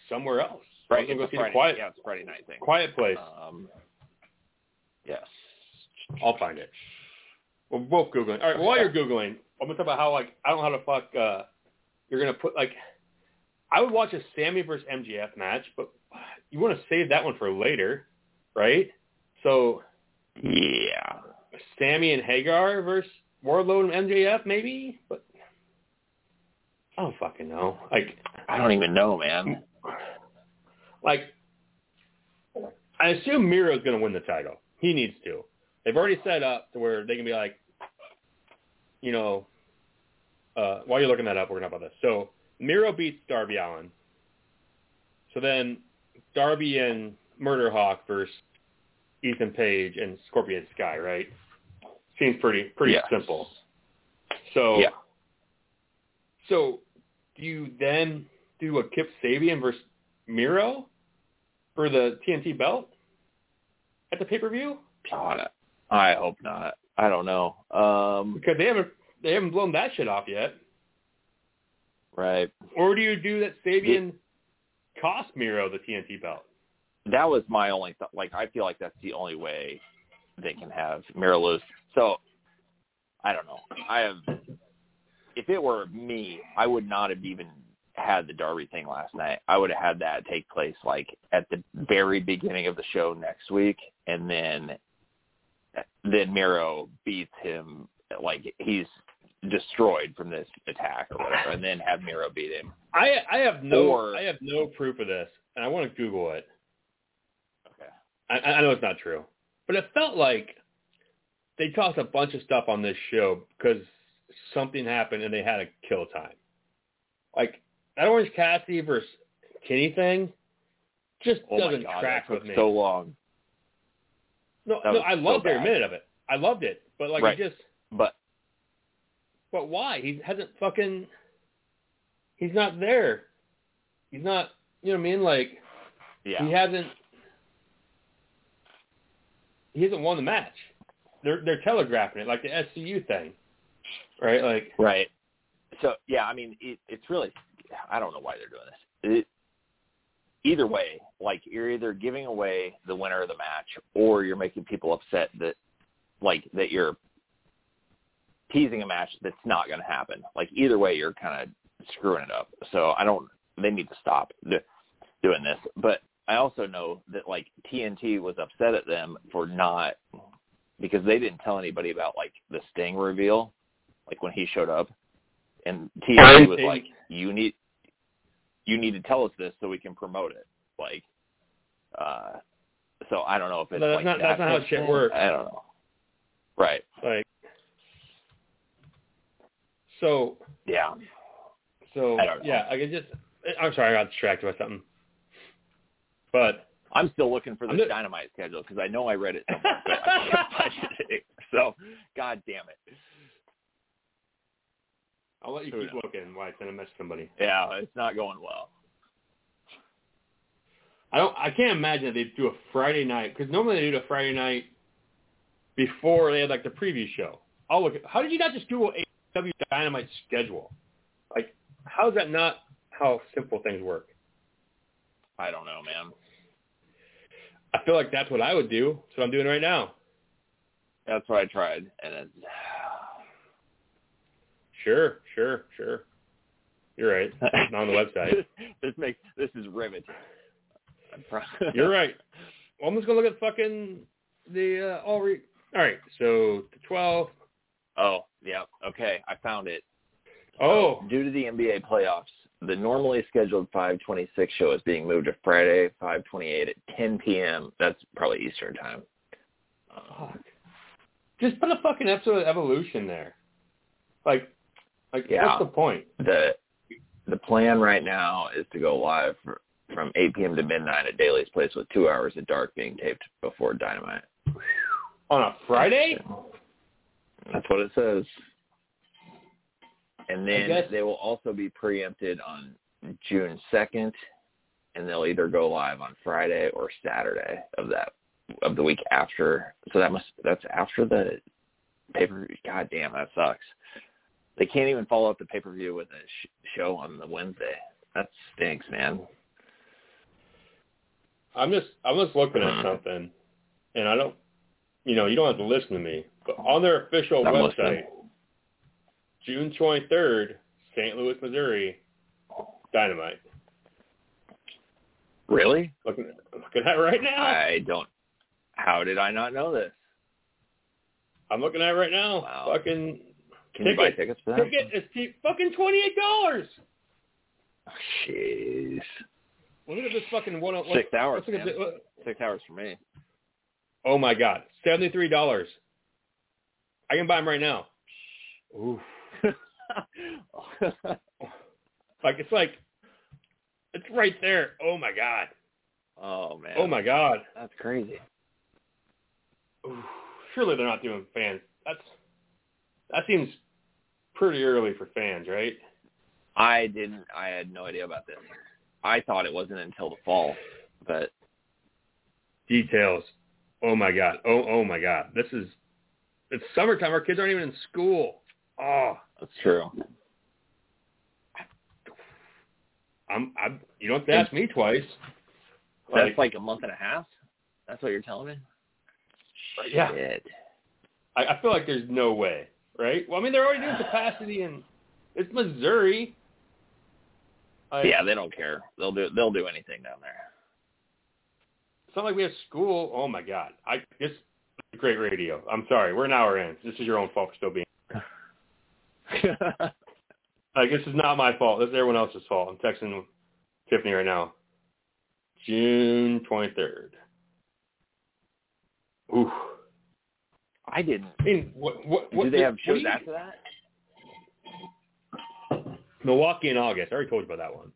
Speaker 3: somewhere else.
Speaker 4: Right,
Speaker 3: I'm gonna
Speaker 4: it's
Speaker 3: go see
Speaker 4: a Friday,
Speaker 3: the quiet,
Speaker 4: Yeah, it's a Friday night thing.
Speaker 3: quiet place.
Speaker 4: Um, yes. Oh.
Speaker 3: I'll find it. We're both googling. All right. While you're googling, I'm gonna talk about how like I don't know how the fuck uh, you're gonna put like. I would watch a Sammy versus MGF match, but you want to save that one for later, right? So
Speaker 4: Yeah.
Speaker 3: Sammy and Hagar versus Wardlow and MJF, maybe, but I don't fucking know. Like,
Speaker 4: I don't even know, man.
Speaker 3: like I assume Miro's going to win the title. He needs to. They've already set up to where they can be like, you know, uh, while you're looking that up, we're going to talk about this. So Miro beats Darby Allen. So then Darby and Murder Hawk versus Ethan Page and Scorpion Sky, right? Seems pretty pretty
Speaker 4: Yes.
Speaker 3: simple. So
Speaker 4: Yeah.
Speaker 3: so do you then do a Kip Sabian versus Miro for the TNT belt at the pay per view?
Speaker 4: God, I hope not. I don't know. Um,
Speaker 3: Because they haven't they haven't blown that shit off yet.
Speaker 4: right.
Speaker 3: Or do you do that Sabian cost Miro the TNT belt?
Speaker 4: That was my only thought. Like, I feel like that's the only way they can have Mira lose. So, I don't know. I have. If it were me, I would not have even had the Darby thing last night. I would have had that take place like at the very beginning of the show next week, and then then Miro beats him like he's destroyed from this attack or whatever, and then have Miro beat him.
Speaker 3: I I have no
Speaker 4: Or-
Speaker 3: I have no proof of this, and I want to Google it.
Speaker 4: Okay.
Speaker 3: I, I know it's not true, but it felt like they tossed a bunch of stuff on this show because something happened and they had a kill time. Like that Orange Cassidy versus Kenny thing just
Speaker 4: Oh
Speaker 3: doesn't
Speaker 4: my god,
Speaker 3: track
Speaker 4: that took
Speaker 3: with me.
Speaker 4: so long.
Speaker 3: no,
Speaker 4: that
Speaker 3: no,
Speaker 4: was
Speaker 3: I
Speaker 4: so
Speaker 3: loved every
Speaker 4: bad.
Speaker 3: minute of it. I loved it, but like
Speaker 4: Right.
Speaker 3: it just.
Speaker 4: But
Speaker 3: But why? He hasn't fucking. He's not there. He's not. You know what I mean? Like
Speaker 4: yeah,
Speaker 3: he hasn't. He hasn't won the match. They're they're telegraphing it like the SCU thing, right? Like
Speaker 4: right. So yeah, I mean, it, it's really I don't know why they're doing this. It, either way, like you're either giving away the winner of the match, or you're making people upset that like that you're teasing a match that's not going to happen. Like either way, you're kind of screwing it up. So I don't. They need to stop th- doing this. But I also know that like TNT was upset at them for not because they didn't tell anybody about like the Sting reveal, like when he showed up, and TNT was
Speaker 3: Sting.
Speaker 4: like, "You need, you need to tell us this so we can promote it." Like, uh, so I don't know if it's
Speaker 3: No, that's
Speaker 4: like
Speaker 3: not-
Speaker 4: that
Speaker 3: that's not how
Speaker 4: type
Speaker 3: shit
Speaker 4: thing.
Speaker 3: works.
Speaker 4: I don't know. Right.
Speaker 3: like. So
Speaker 4: Yeah.
Speaker 3: so
Speaker 4: I don't know.
Speaker 3: yeah, I can just. I'm sorry, I got distracted by something. But
Speaker 4: I'm still looking for the
Speaker 3: I'm not-
Speaker 4: dynamite schedule because I know I read it somewhere, but I can't touch it. So, god damn it.
Speaker 3: I'll let you
Speaker 4: Who
Speaker 3: keep
Speaker 4: knows?
Speaker 3: looking. Why I sent a message to somebody.
Speaker 4: Yeah, it's not going well.
Speaker 3: I don't. I can't imagine that they do a Friday night because normally they do the Friday night before they had like the preview show. I'll look. At, how did you not just Google AW Dynamite schedule? Like, how's that not how simple things work?
Speaker 4: I don't know, man.
Speaker 3: I feel like that's what I would do. That's what I'm doing right now.
Speaker 4: That's what I tried, and it,
Speaker 3: Sure, sure, sure. You're right. Not on the website.
Speaker 4: this makes this is riveting. I pro-
Speaker 3: You're right. Well, I'm just gonna look at fucking the uh, all. Re- all right, so the 12.
Speaker 4: Oh, yeah. Okay, I found it.
Speaker 3: Oh,
Speaker 4: Due to the NBA playoffs, the normally scheduled 526 show is being moved to Friday, 528 at 10 p.m. That's probably Eastern time.
Speaker 3: fuck. Just put a fucking episode of Evolution there. Like, like
Speaker 4: Yeah.
Speaker 3: what's the point?
Speaker 4: The the plan right now is to go live for, from 8 p.m. to midnight at Daly's Place with two hours of dark being taped before Dynamite.
Speaker 3: On a Friday?
Speaker 4: That's what it says. And
Speaker 3: I
Speaker 4: then
Speaker 3: guess-
Speaker 4: they will also be preempted on June 2nd, and they'll either go live on Friday or Saturday of that of the week after. So that must that's after the pay per view. God damn, that sucks. They can't even follow up the pay per view with a sh- show on the Wednesday. That stinks, man.
Speaker 3: I'm just I'm just looking at something, and I don't, you know, you don't have to listen to me, but on their official
Speaker 4: I'm
Speaker 3: website,
Speaker 4: listening.
Speaker 3: June 23rd, St. Louis, Missouri, Dynamite.
Speaker 4: Really?
Speaker 3: Looking at, looking at it right now.
Speaker 4: I don't. How did I not know this?
Speaker 3: I'm looking at it right now.
Speaker 4: Wow.
Speaker 3: Fucking
Speaker 4: Can you buy
Speaker 3: Ticket.
Speaker 4: tickets for that?
Speaker 3: ticket is cheap. Fucking twenty eight dollars.
Speaker 4: Oh, Jeez,
Speaker 3: Look at this fucking one.
Speaker 4: Six hours,
Speaker 3: Let's look at
Speaker 4: man.
Speaker 3: the- uh,
Speaker 4: six hours for me.
Speaker 3: oh my god, seventy three dollars. I can buy them right now. Ooh. Like it's like, it's right there. Oh my god.
Speaker 4: oh man.
Speaker 3: Oh my god.
Speaker 4: That's crazy.
Speaker 3: Ooh, surely they're not doing fans. That's that seems pretty early for fans, right?
Speaker 4: I didn't. I had no idea about this. I thought it wasn't until the fall, but
Speaker 3: Details. Oh my god. Oh oh my god. This is it's summertime. Our kids aren't even in school. Oh,
Speaker 4: that's true.
Speaker 3: I'm. I'm you don't have to ask me twice.
Speaker 4: That's like a month and a half. That's what you're telling me.
Speaker 3: yeah.
Speaker 4: Shit.
Speaker 3: I, I feel like there's no way, right? Well, I mean, they're already doing capacity, and it's Missouri. Like,
Speaker 4: Yeah, they don't care. They'll do. They'll do anything down there.
Speaker 3: It's not like we have school. Oh my god. I this is great radio. I'm sorry. We're an hour in. This is your own fault for still being. Like this is not my fault. This is everyone else's fault. I'm texting Tiffany right now. June 23rd. Ooh.
Speaker 4: I didn't.
Speaker 3: I mean, what? What? what
Speaker 4: do they have
Speaker 3: what
Speaker 4: shows
Speaker 3: you-
Speaker 4: after that?
Speaker 3: Milwaukee in August. I already told you about that one.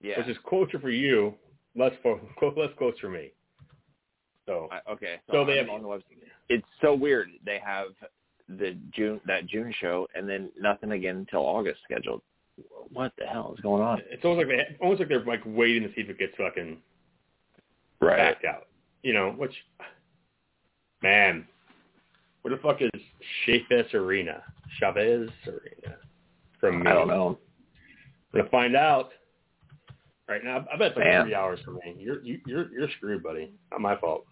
Speaker 4: Yeah.
Speaker 3: Which is closer for you, less for less close for me. So
Speaker 4: I, okay. So,
Speaker 3: So they
Speaker 4: I'm
Speaker 3: have-
Speaker 4: on the website. It's so weird. They have the June that June show, and then nothing again until August scheduled. What the hell is going on?
Speaker 3: it's almost like they almost like they're like waiting to see if it gets fucking backed out. You know, which man, where the fuck is Chavez Arena? Chavez Arena from me.
Speaker 4: I don't know.
Speaker 3: Gonna find out. Right now, I bet it's like
Speaker 4: Man.
Speaker 3: three hours for me. You're you, you're you're screwed, buddy. Not my fault.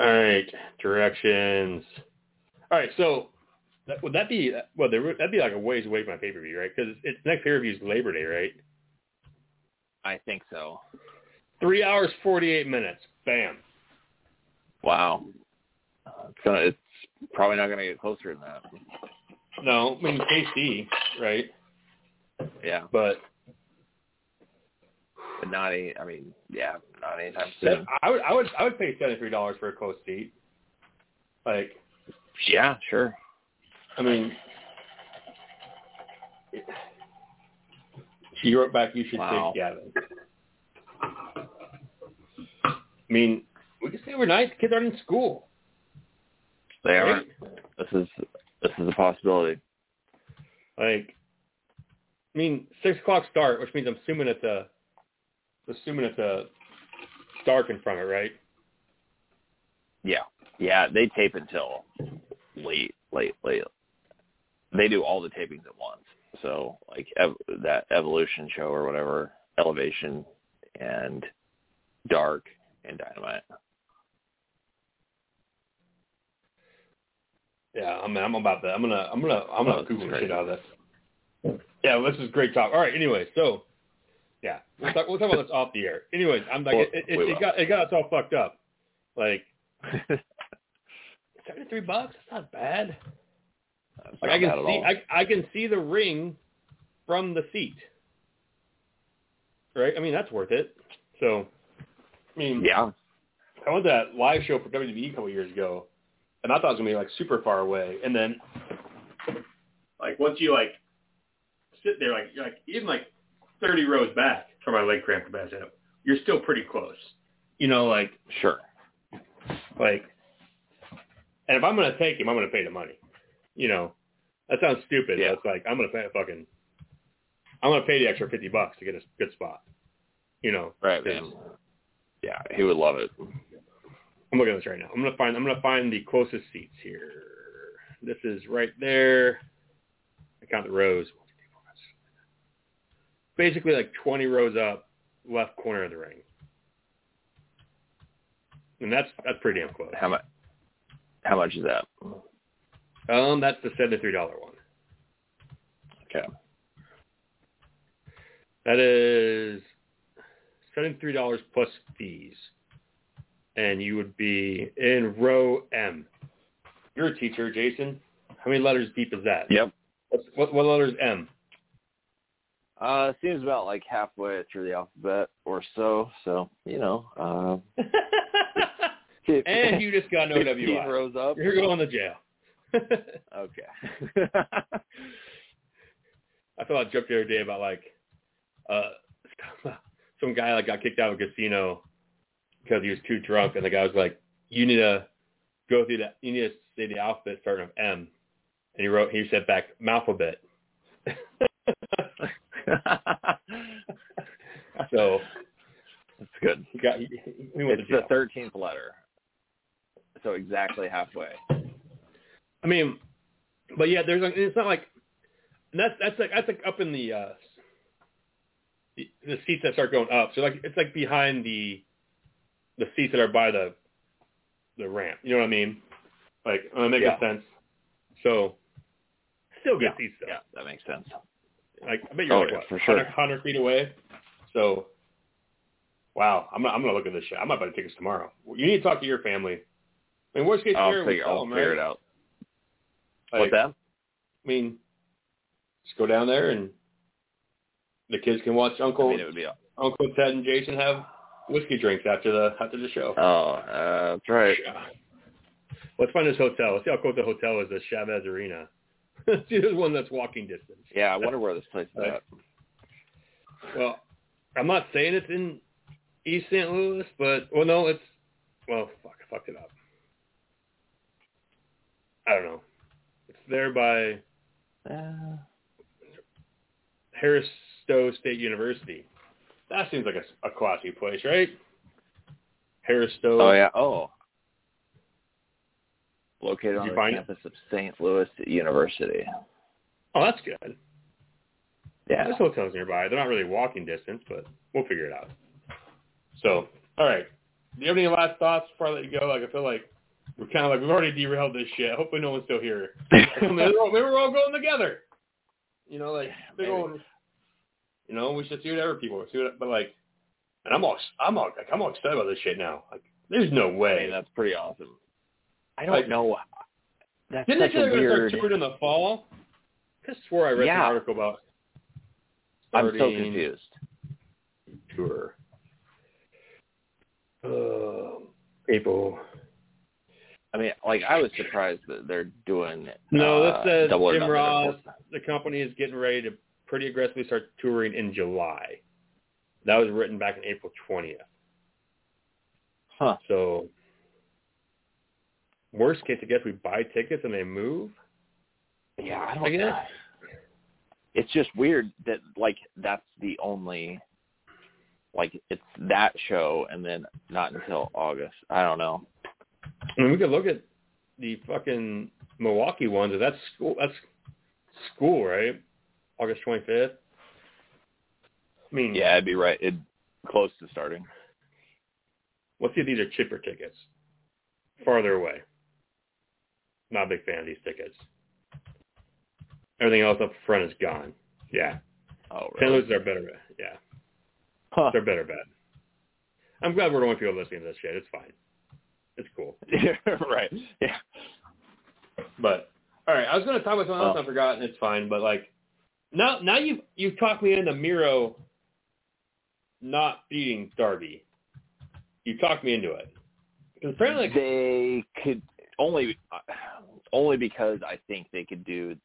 Speaker 3: All right, directions. All right, so that, would that be well? There, would- that'd be like a ways away from my pay per view, right? Because it's next pay per view is Labor Day, right?
Speaker 4: I think so.
Speaker 3: Three hours forty eight minutes. Bam.
Speaker 4: Wow. Uh, it's gonna. It's probably not gonna get closer than that.
Speaker 3: No, I mean KC, right?
Speaker 4: Yeah,
Speaker 3: But
Speaker 4: but not any. I mean, yeah, not anytime
Speaker 3: that,
Speaker 4: soon.
Speaker 3: I would, I would, I would pay seventy three dollars for a close seat. Like,
Speaker 4: Yeah, sure.
Speaker 3: I mean, she wrote back, "You should
Speaker 4: Wow.
Speaker 3: take Gavin." I mean, we can say we're nice. Kids aren't in school.
Speaker 4: They
Speaker 3: right?
Speaker 4: are. This is this is a possibility.
Speaker 3: Like, I mean, six o'clock start, which means I'm assuming it's a, assuming it's a dark in front of it, right?
Speaker 4: Yeah, yeah. They tape until late, late, late. They do all the tapings at once. So like ev- that evolution show or whatever, elevation and dark in Dynamite.
Speaker 3: Yeah, I mean, I'm about that. I'm gonna, I'm gonna, I'm
Speaker 4: Oh,
Speaker 3: gonna
Speaker 4: this
Speaker 3: Google
Speaker 4: is
Speaker 3: the
Speaker 4: great.
Speaker 3: shit out of this. Yeah, well, this is great talk. All right. Anyway, so yeah, we'll talk, we'll talk about this off the air. Anyways, I'm like,
Speaker 4: Well,
Speaker 3: it, it,
Speaker 4: we
Speaker 3: it
Speaker 4: will.
Speaker 3: got, it got us all fucked up. Like seventy-three bucks. That's not bad.
Speaker 4: That's
Speaker 3: Like
Speaker 4: not
Speaker 3: I can
Speaker 4: bad at
Speaker 3: see,
Speaker 4: all.
Speaker 3: I, I can see the ring from the seat. Right. I mean, that's worth it. So, I mean,
Speaker 4: yeah.
Speaker 3: I went to that live show for WWE a couple years ago, and I thought it was gonna be like super far away. And then, like once you like sit there, like you're like even like thirty rows back from my leg cramp capacity, you're still pretty close. You know, like
Speaker 4: Sure.
Speaker 3: like, and if I'm gonna take him, I'm gonna pay the money. You know, that sounds stupid.
Speaker 4: Yeah.
Speaker 3: But it's like I'm gonna pay a fucking, I'm gonna pay the extra fifty bucks to get a good spot. You know,
Speaker 4: Right,
Speaker 3: 'cause-
Speaker 4: man. Yeah, he would love it.
Speaker 3: I'm looking at this right now. I'm gonna find I'm gonna find the closest seats here. This is right there. I count the rows. Basically like twenty rows up, left corner of the ring. And that's that's pretty damn close.
Speaker 4: How much? How much is that?
Speaker 3: Um, that's the seventy three dollar one.
Speaker 4: Okay.
Speaker 3: That is seventy three dollars plus fees. And you would be in row M. You're a teacher, Jason. How many letters deep is that?
Speaker 4: Yep.
Speaker 3: What's, what, what letter is M?
Speaker 4: Uh, seems about like halfway through the alphabet or so. So you know, uh,
Speaker 3: and you just got an
Speaker 4: 15
Speaker 3: OWI.
Speaker 4: rows up.
Speaker 3: You're going to jail. I
Speaker 4: Okay.
Speaker 3: thought I joked the other day about like uh some guy like got kicked out of a casino because he was too drunk, and the guy was like, "You need to go through that. You need to say the alphabet starting with M." And he wrote, he said back, "Malphabet." so
Speaker 4: That's good.
Speaker 3: he got he, he went
Speaker 4: It's
Speaker 3: to jail.
Speaker 4: the thirteenth letter. So exactly halfway.
Speaker 3: I mean, but yeah, there's like it's not like and that's that's like that's like up in the uh the, the seats that start going up. So like it's like behind the the seats that are by the the ramp. You know what I mean? Like uh, that makes
Speaker 4: Yeah.
Speaker 3: sense. So still good
Speaker 4: Yeah.
Speaker 3: seats though.
Speaker 4: Yeah, that makes sense.
Speaker 3: Like I bet you're
Speaker 4: Oh,
Speaker 3: like
Speaker 4: yeah,
Speaker 3: what,
Speaker 4: for sure.
Speaker 3: 100, 100 feet away. So wow, I'm not, I'm gonna look at this shit. I might buy the tickets tomorrow. You need to talk to your family. I mean, worst case
Speaker 4: I'll
Speaker 3: scenario, we
Speaker 4: figure.
Speaker 3: sell
Speaker 4: I'll
Speaker 3: them,
Speaker 4: figure
Speaker 3: right?
Speaker 4: it out.
Speaker 3: Like,
Speaker 4: What's that?
Speaker 3: I mean, just go down there and the kids can watch Uncle
Speaker 4: I mean, it would be.
Speaker 3: Uncle Ted and Jason have whiskey drinks after the after the show.
Speaker 4: Oh, uh, that's right.
Speaker 3: Let's find this hotel. Let's see how close the hotel is to Chavez Arena. see, there's one that's walking distance.
Speaker 4: Yeah, I wonder where this place is
Speaker 3: Right.
Speaker 4: at.
Speaker 3: Well, I'm not saying it's in East St. Louis, but well, no, it's well, fuck, I fucked it up. I don't know. It's there by
Speaker 4: Uh,
Speaker 3: Harris Stowe State University. That seems like a, a classy place, right? Harris Stowe.
Speaker 4: oh yeah. Oh. Located
Speaker 3: Did
Speaker 4: on
Speaker 3: you
Speaker 4: the
Speaker 3: find it?
Speaker 4: campus of St. Louis University.
Speaker 3: Oh, that's good.
Speaker 4: Yeah.
Speaker 3: This hotel's nearby. They're not really walking distance, but we'll figure it out. So, all right. Do you have any last thoughts before I let you go? Like, I feel like we're kind of like we've already derailed this shit. Hopefully, no one's still here. maybe, we're all, maybe we're all going together. You know, like they're
Speaker 4: Maybe.
Speaker 3: going. You know, we should see what other people see what, but like, and I'm all I'm all like I'm all excited about this shit now. Like, there's no
Speaker 4: I
Speaker 3: way.
Speaker 4: mean, that's pretty awesome. I
Speaker 3: Like-
Speaker 4: don't know. That's
Speaker 3: Didn't they
Speaker 4: such
Speaker 3: say they're
Speaker 4: a
Speaker 3: going to
Speaker 4: weird.
Speaker 3: start touring in the fall? I swore I read
Speaker 4: Yeah.
Speaker 3: an article about.
Speaker 4: I'm so
Speaker 3: starting
Speaker 4: confused.
Speaker 3: Tour. Uh, April.
Speaker 4: I mean, like I was surprised that they're doing
Speaker 3: No,
Speaker 4: uh,
Speaker 3: this says
Speaker 4: double or
Speaker 3: Jim
Speaker 4: nothing.
Speaker 3: Ross. The company is getting ready to pretty aggressively start touring in July. That was written back in April twentieth.
Speaker 4: Huh.
Speaker 3: So, worst case, I guess we buy tickets and they move.
Speaker 4: Yeah, I don't
Speaker 3: I guess.
Speaker 4: It's just weird that like that's the only like it's that show and then not until August. I don't know.
Speaker 3: I mean, we could look at the fucking Milwaukee ones. That's school. That's school, right? August twenty fifth. I mean, Hmm.
Speaker 4: Yeah, I'd be right. It close to starting.
Speaker 3: Let's see if these are cheaper tickets, farther away. Not a big fan of these tickets. Everything else up front is gone. Yeah,
Speaker 4: Oh,
Speaker 3: St. Louis
Speaker 4: really?
Speaker 3: is our better. bet. Yeah,
Speaker 4: Huh.
Speaker 3: it's our better bet. I'm glad we're the only people listening to this shit. It's fine. It's cool.
Speaker 4: right. Yeah.
Speaker 3: But all right, I was going to talk about something else
Speaker 4: Oh.
Speaker 3: I forgot, and it's fine. But like now, now you you talked me into Miro not beating Darby. You talked me into it. 'Cause apparently, like,
Speaker 4: they could only uh, only because I think they could do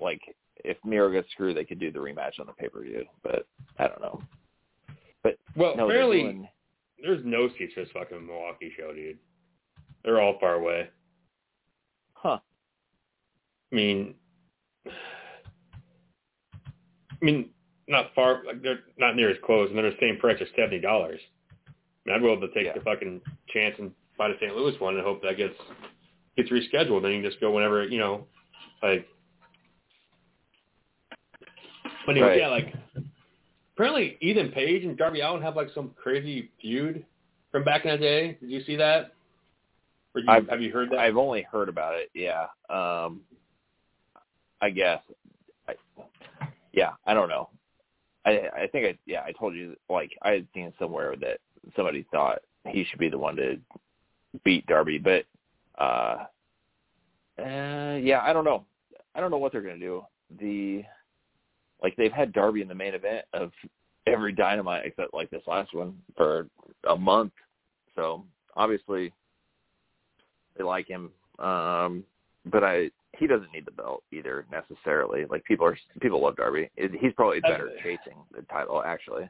Speaker 4: like if Miro gets screwed, they could do the rematch on the pay per view. But I don't know.
Speaker 3: well,
Speaker 4: No, they're
Speaker 3: apparently
Speaker 4: doing-
Speaker 3: there's no seats for this fucking Milwaukee show, dude. They're all far away.
Speaker 4: huh?
Speaker 3: I mean, I mean, not far. Like they're not near as close, and they're the same price of seventy dollars. I mean, I'd be able to take
Speaker 4: Yeah.
Speaker 3: the fucking chance and buy the St. Louis one and hope that gets gets rescheduled. Then you can just go whenever you know, like. But anyway,
Speaker 4: Right.
Speaker 3: yeah, like apparently Ethan Page and Darby Allen have like some crazy feud from back in the day. Did you see that? Or you,
Speaker 4: I've-
Speaker 3: have you heard that?
Speaker 4: I've only heard about it. Yeah. Um. I guess. I, yeah. I don't know. I I think I yeah I told you like I had seen somewhere that somebody thought he should be the one to beat Darby, but uh, uh yeah I don't know I don't know what they're gonna do the like they've had Darby in the main event of every Dynamite except like this last one for a month so obviously they like him. Um, but I he doesn't need the belt either necessarily. Like people are people love Darby. It, he's probably better
Speaker 3: Absolutely.
Speaker 4: chasing the title actually.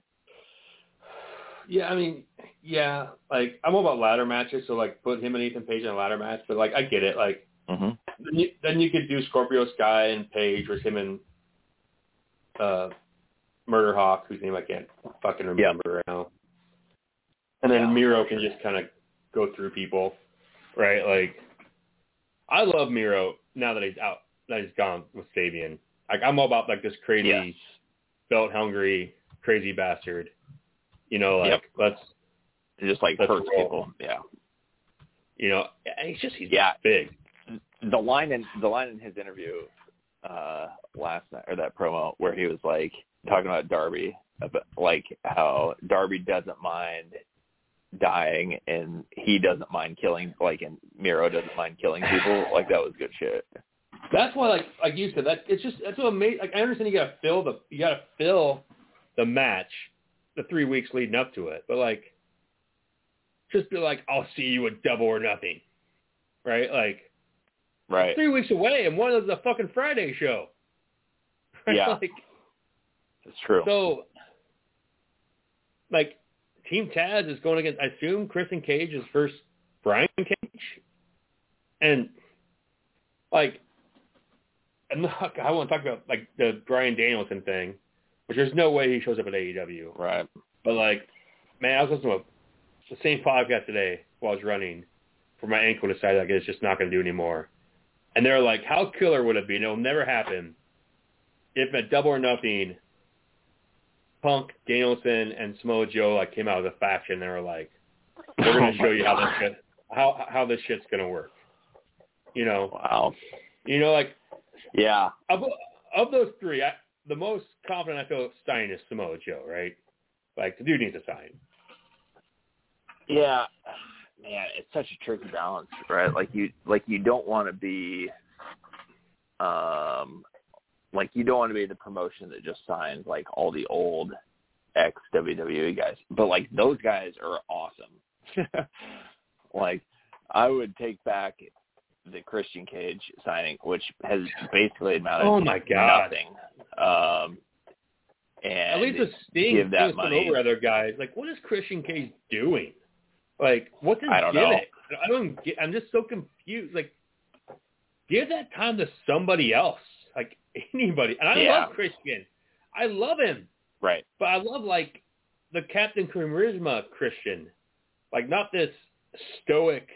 Speaker 3: Yeah, I mean, yeah, like I'm all about ladder matches, so like put him and Ethan Page in a ladder match, but like I get it, like
Speaker 4: hmm
Speaker 3: then you, then you could do Scorpio Sky and Page with him and uh Murder Hawk, whose name I can't fucking
Speaker 4: Yeah.
Speaker 3: remember right now. And then
Speaker 4: Yeah.
Speaker 3: Miro can just kind of go through people, right? Like I love Miro now that he's out, that he's gone with Sabian. Like I'm all about like this crazy
Speaker 4: Yeah.
Speaker 3: belt hungry crazy bastard. You know, like
Speaker 4: Yep.
Speaker 3: let's
Speaker 4: It just like
Speaker 3: Let's
Speaker 4: hurts
Speaker 3: roll.
Speaker 4: people. Yeah.
Speaker 3: You know, and he's just he's
Speaker 4: Yeah.
Speaker 3: big.
Speaker 4: The line in the line in his interview uh last night or that promo where he was like talking about Darby about like how Darby doesn't mind dying and he doesn't mind killing like and Miro doesn't mind killing people. like that was good shit.
Speaker 3: That's why, like like you said, that it's just that's what amazing. Like I understand you gotta fill the you gotta fill the match, the three weeks leading up to it, but like just be like, I'll see you at double or nothing, right? Like
Speaker 4: Right.
Speaker 3: three weeks away, and one of them's a fucking Friday show.
Speaker 4: Yeah.
Speaker 3: like,
Speaker 4: It's true.
Speaker 3: So, like, Team Taz is going against, I assume, Chris and Cage is first Brian Cage. And, like, and look, I want to talk about, like, the Brian Danielson thing, which there's no way he shows up at E AEW.
Speaker 4: Right.
Speaker 3: But like, man, I was listening to the same podcast today while I was running for my ankle decided like it's just not going to do anymore. And they're like, how killer would it be? And it'll never happen if at double or nothing, Punk, Danielson, and Samoa Joe like came out of the faction. They were like, we're going to show you how this shit, how how this shit's going to work. You know,
Speaker 4: Wow.
Speaker 3: you know, like
Speaker 4: Yeah.
Speaker 3: of of those three, I, the most confident I feel signing is Samoa Joe, right? Like the dude needs a sign.
Speaker 4: Yeah. Man, it's such a tricky balance, right? Like you like you don't want to be um like you don't want to be the promotion that just signs like all the old ex WWE guys. But like those guys are awesome. like I would take back the Christian Cage signing, which has basically amounted
Speaker 3: Oh, my
Speaker 4: to
Speaker 3: God.
Speaker 4: nothing. Um and
Speaker 3: At least the Sting
Speaker 4: give that
Speaker 3: was some
Speaker 4: money.
Speaker 3: over other guys. Like, what is Christian Cage doing? Like, what's his
Speaker 4: I don't know.
Speaker 3: gimmick? I don't get. I'm just so confused. Like, give that time to somebody else. Like anybody. And I
Speaker 4: Yeah.
Speaker 3: love Christian. I love him,
Speaker 4: right.
Speaker 3: but I love like the Captain Charisma Christian. Like, not this stoic.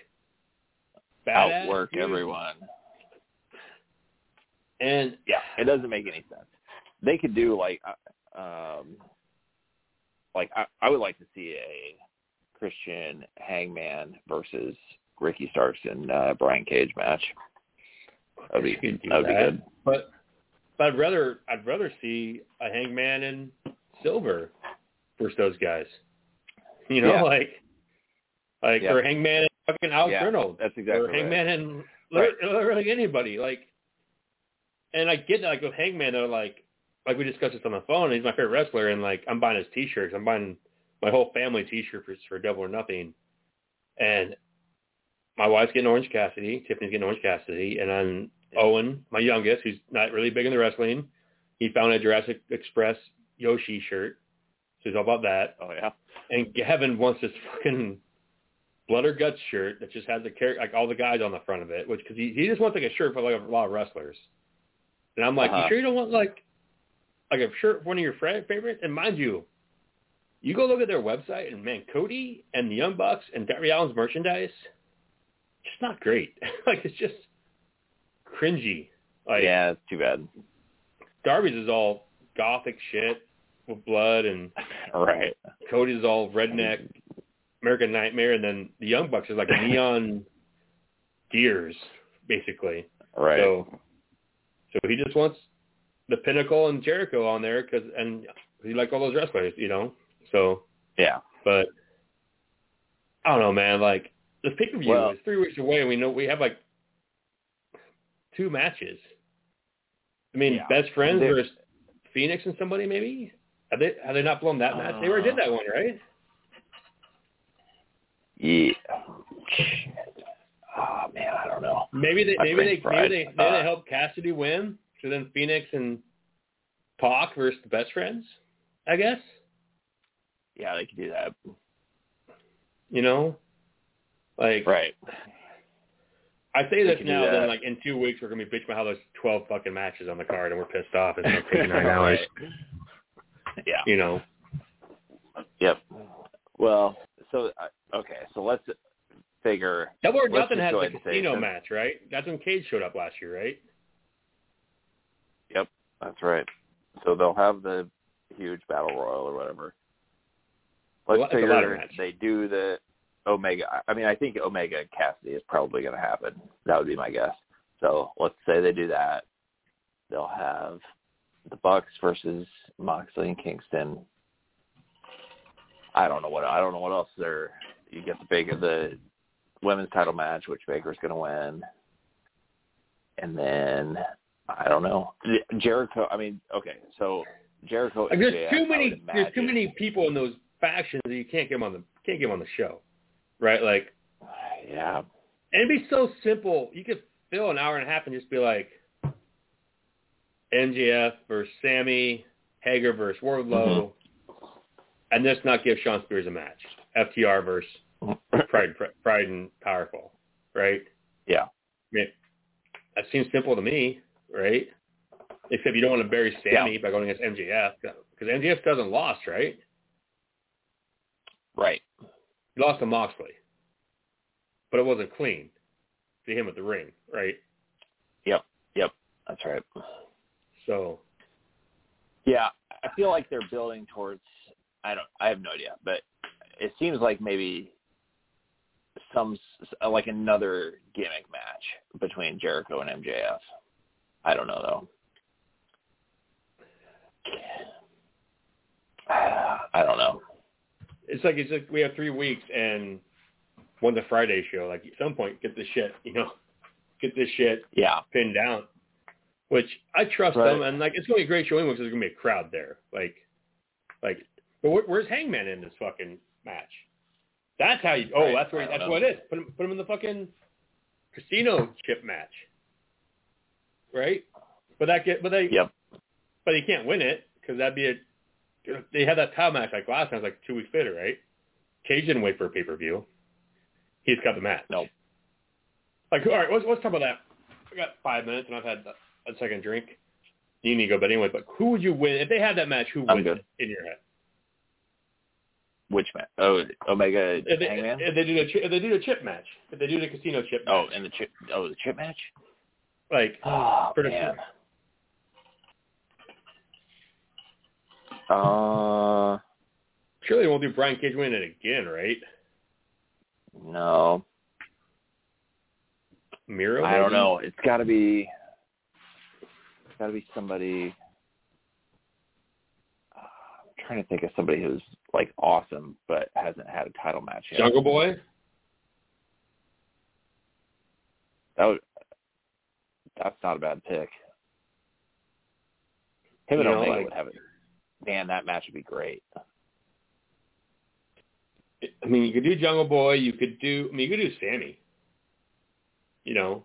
Speaker 3: Badass
Speaker 4: outwork
Speaker 3: dude.
Speaker 4: everyone.
Speaker 3: And
Speaker 4: Yeah, it doesn't make any sense. They could do like, uh, um, like I, I would like to see a Christian Hangman versus Ricky Starks and uh, Brian Cage match. That'd
Speaker 3: You
Speaker 4: be
Speaker 3: could do
Speaker 4: that'd be
Speaker 3: that.
Speaker 4: good.
Speaker 3: But but I'd rather I'd rather see a Hangman and Silver versus those guys. You know,
Speaker 4: Yeah.
Speaker 3: like like
Speaker 4: Yeah.
Speaker 3: or Hangman and fucking Alex
Speaker 4: Yeah,
Speaker 3: Reynolds
Speaker 4: That's exactly
Speaker 3: or
Speaker 4: right.
Speaker 3: Hangman and
Speaker 4: Right.
Speaker 3: literally anybody. Like, and I get that, like with Hangman, they're like, like we discussed this on the phone. He's my favorite wrestler, and like I'm buying his T-shirts. I'm buying my whole family T-shirt for, for Double or Nothing, and my wife's getting Orange Cassidy. Tiffany's getting Orange Cassidy, and then Owen, my youngest, who's not really big in the wrestling, he found a Jurassic Express Yoshi shirt. So he's all about that.
Speaker 4: Oh yeah.
Speaker 3: And Gavin wants this fucking blood or guts shirt that just has the char- like all the guys on the front of it, which because he, he just wants like a shirt for like a lot of wrestlers. And I'm like,
Speaker 4: Uh-huh.
Speaker 3: you sure you don't want like like a shirt for one of your fra- favorites? And mind you, you go look at their website and man, Cody and the Young Bucks and Darby Allen's merchandise, just not great. like it's just cringy. Like
Speaker 4: yeah, it's too bad.
Speaker 3: Darby's is all gothic shit with blood and
Speaker 4: Right.
Speaker 3: Cody's all redneck American Nightmare, and then the Young Bucks is like neon deers, basically.
Speaker 4: Right.
Speaker 3: So, so he just wants the Pinnacle and Jericho on there because and he like all those wrestlers, you know. So,
Speaker 4: yeah.
Speaker 3: but I don't know, man. Like the pay per view
Speaker 4: Well-
Speaker 3: is three weeks away, and we know we have like two matches. I mean,
Speaker 4: Yeah.
Speaker 3: best friends
Speaker 4: There-
Speaker 3: versus Phoenix and somebody maybe. Have they have they not blown that match? they
Speaker 4: Uh,
Speaker 3: already did that one, right?
Speaker 4: Yeah. Oh man, I don't know.
Speaker 3: Maybe they
Speaker 4: I
Speaker 3: maybe they
Speaker 4: think
Speaker 3: maybe
Speaker 4: Brad-
Speaker 3: they maybe they
Speaker 4: uh,
Speaker 3: help Cassidy win. So then Phoenix and Pac versus the best friends, I guess.
Speaker 4: Yeah, they could do that.
Speaker 3: You know, like
Speaker 4: Right.
Speaker 3: I say this
Speaker 4: can do
Speaker 3: now,
Speaker 4: that.
Speaker 3: then like in two weeks we're gonna be bitching about how there's twelve fucking matches on the card and we're pissed off. It's gonna take nine hours.
Speaker 4: Yeah.
Speaker 3: You know,
Speaker 4: Yep. Well, so uh, okay, so let's figure.
Speaker 3: Double or
Speaker 4: Let's
Speaker 3: Nothing
Speaker 4: just
Speaker 3: has the
Speaker 4: go ahead and say
Speaker 3: casino
Speaker 4: since-
Speaker 3: match, right? That's when Cage showed up last year, right?
Speaker 4: That's right. So they'll have the huge battle royal or whatever. Let's
Speaker 3: Well, it's a ladder
Speaker 4: figure
Speaker 3: match.
Speaker 4: they do the Omega. I- I mean, I think Omega and Cassidy is probably going to happen. That would be my guess. So let's say they do that. They'll have the Bucks versus Moxley and Kingston. I don't know what I don't know what else there. You get the Baker the women's title match, which Baker's going to win, and then I don't know Jericho. I mean, okay, so Jericho.
Speaker 3: Like
Speaker 4: and
Speaker 3: there's
Speaker 4: MJF, I
Speaker 3: too
Speaker 4: would
Speaker 3: many there's too
Speaker 4: imagine.
Speaker 3: many people in those factions that you can't get 'em on the can't get 'em on the show, right? Like
Speaker 4: Yeah,
Speaker 3: And it'd be so simple. You could fill an hour and a half and just be like MJF versus Sammy, Hager versus Wardlow, and just not give Sean Spears a match. FTR versus Pride, Pride and Powerful, right?
Speaker 4: Yeah.
Speaker 3: I mean, that seems simple to me, right? Except you don't want to bury Sammy by going against MJF because MJF doesn't lost, right?
Speaker 4: right.
Speaker 3: He lost to Moxley, but it wasn't clean to him at the ring, right?
Speaker 4: That's right.
Speaker 3: So
Speaker 4: Yeah, I feel like they're building towards. I don't. I have no idea, but it seems like maybe some uh, like another gimmick match between Jericho and MJF. I don't know though. I don't know.
Speaker 3: it's like it's like we have three weeks and when's the Friday show? Like at some point, get this shit, you know, get this shit
Speaker 4: Yeah,
Speaker 3: pinned down. Which I trust
Speaker 4: Right.
Speaker 3: them, and like it's gonna be a great show anyway because there's gonna be a crowd there. Like, like, but where, where's Hangman in this fucking match? That's how you. Oh,
Speaker 4: Right,
Speaker 3: that's where.
Speaker 4: I don't
Speaker 3: That's
Speaker 4: know.
Speaker 3: what it is. Put him. Put him in the fucking casino chip match. Right. But that get. But they.
Speaker 4: Yep.
Speaker 3: But he can't win it because that'd be a. They had that title match like last time, it was like two weeks later, right? Cage didn't wait for a pay per view. He's got the match.
Speaker 4: Nope.
Speaker 3: Like, all right, let's, let's talk about that. I got five minutes, and I've had a second drink. You need to go, but anyway, but who would you win if they had that match? Who
Speaker 4: I'm
Speaker 3: wins
Speaker 4: good.
Speaker 3: it in your head?
Speaker 4: which match? Oh, Omega
Speaker 3: If they,
Speaker 4: Hangman.
Speaker 3: if they do the chi- if they do the chip match, if they do the casino chip,
Speaker 4: oh,
Speaker 3: match,
Speaker 4: and the chip. Oh, the chip match.
Speaker 3: like
Speaker 4: Oh
Speaker 3: For the
Speaker 4: man. Uh. Uh,
Speaker 3: surely they won't do Brian Cage winning it again, right?
Speaker 4: No,
Speaker 3: Miro?
Speaker 4: I don't
Speaker 3: maybe?
Speaker 4: know. It's got to be. It's got to be somebody. Uh, I'm trying to think of somebody who's like awesome but hasn't had a title match yet.
Speaker 3: Jungle Boy?
Speaker 4: That would, that's not a bad pick. Him and
Speaker 3: You know,
Speaker 4: Omega
Speaker 3: like-
Speaker 4: would have it. Man, that match would be great.
Speaker 3: I mean, you could do Jungle Boy. You could do. I mean, you could do Sammy. You know,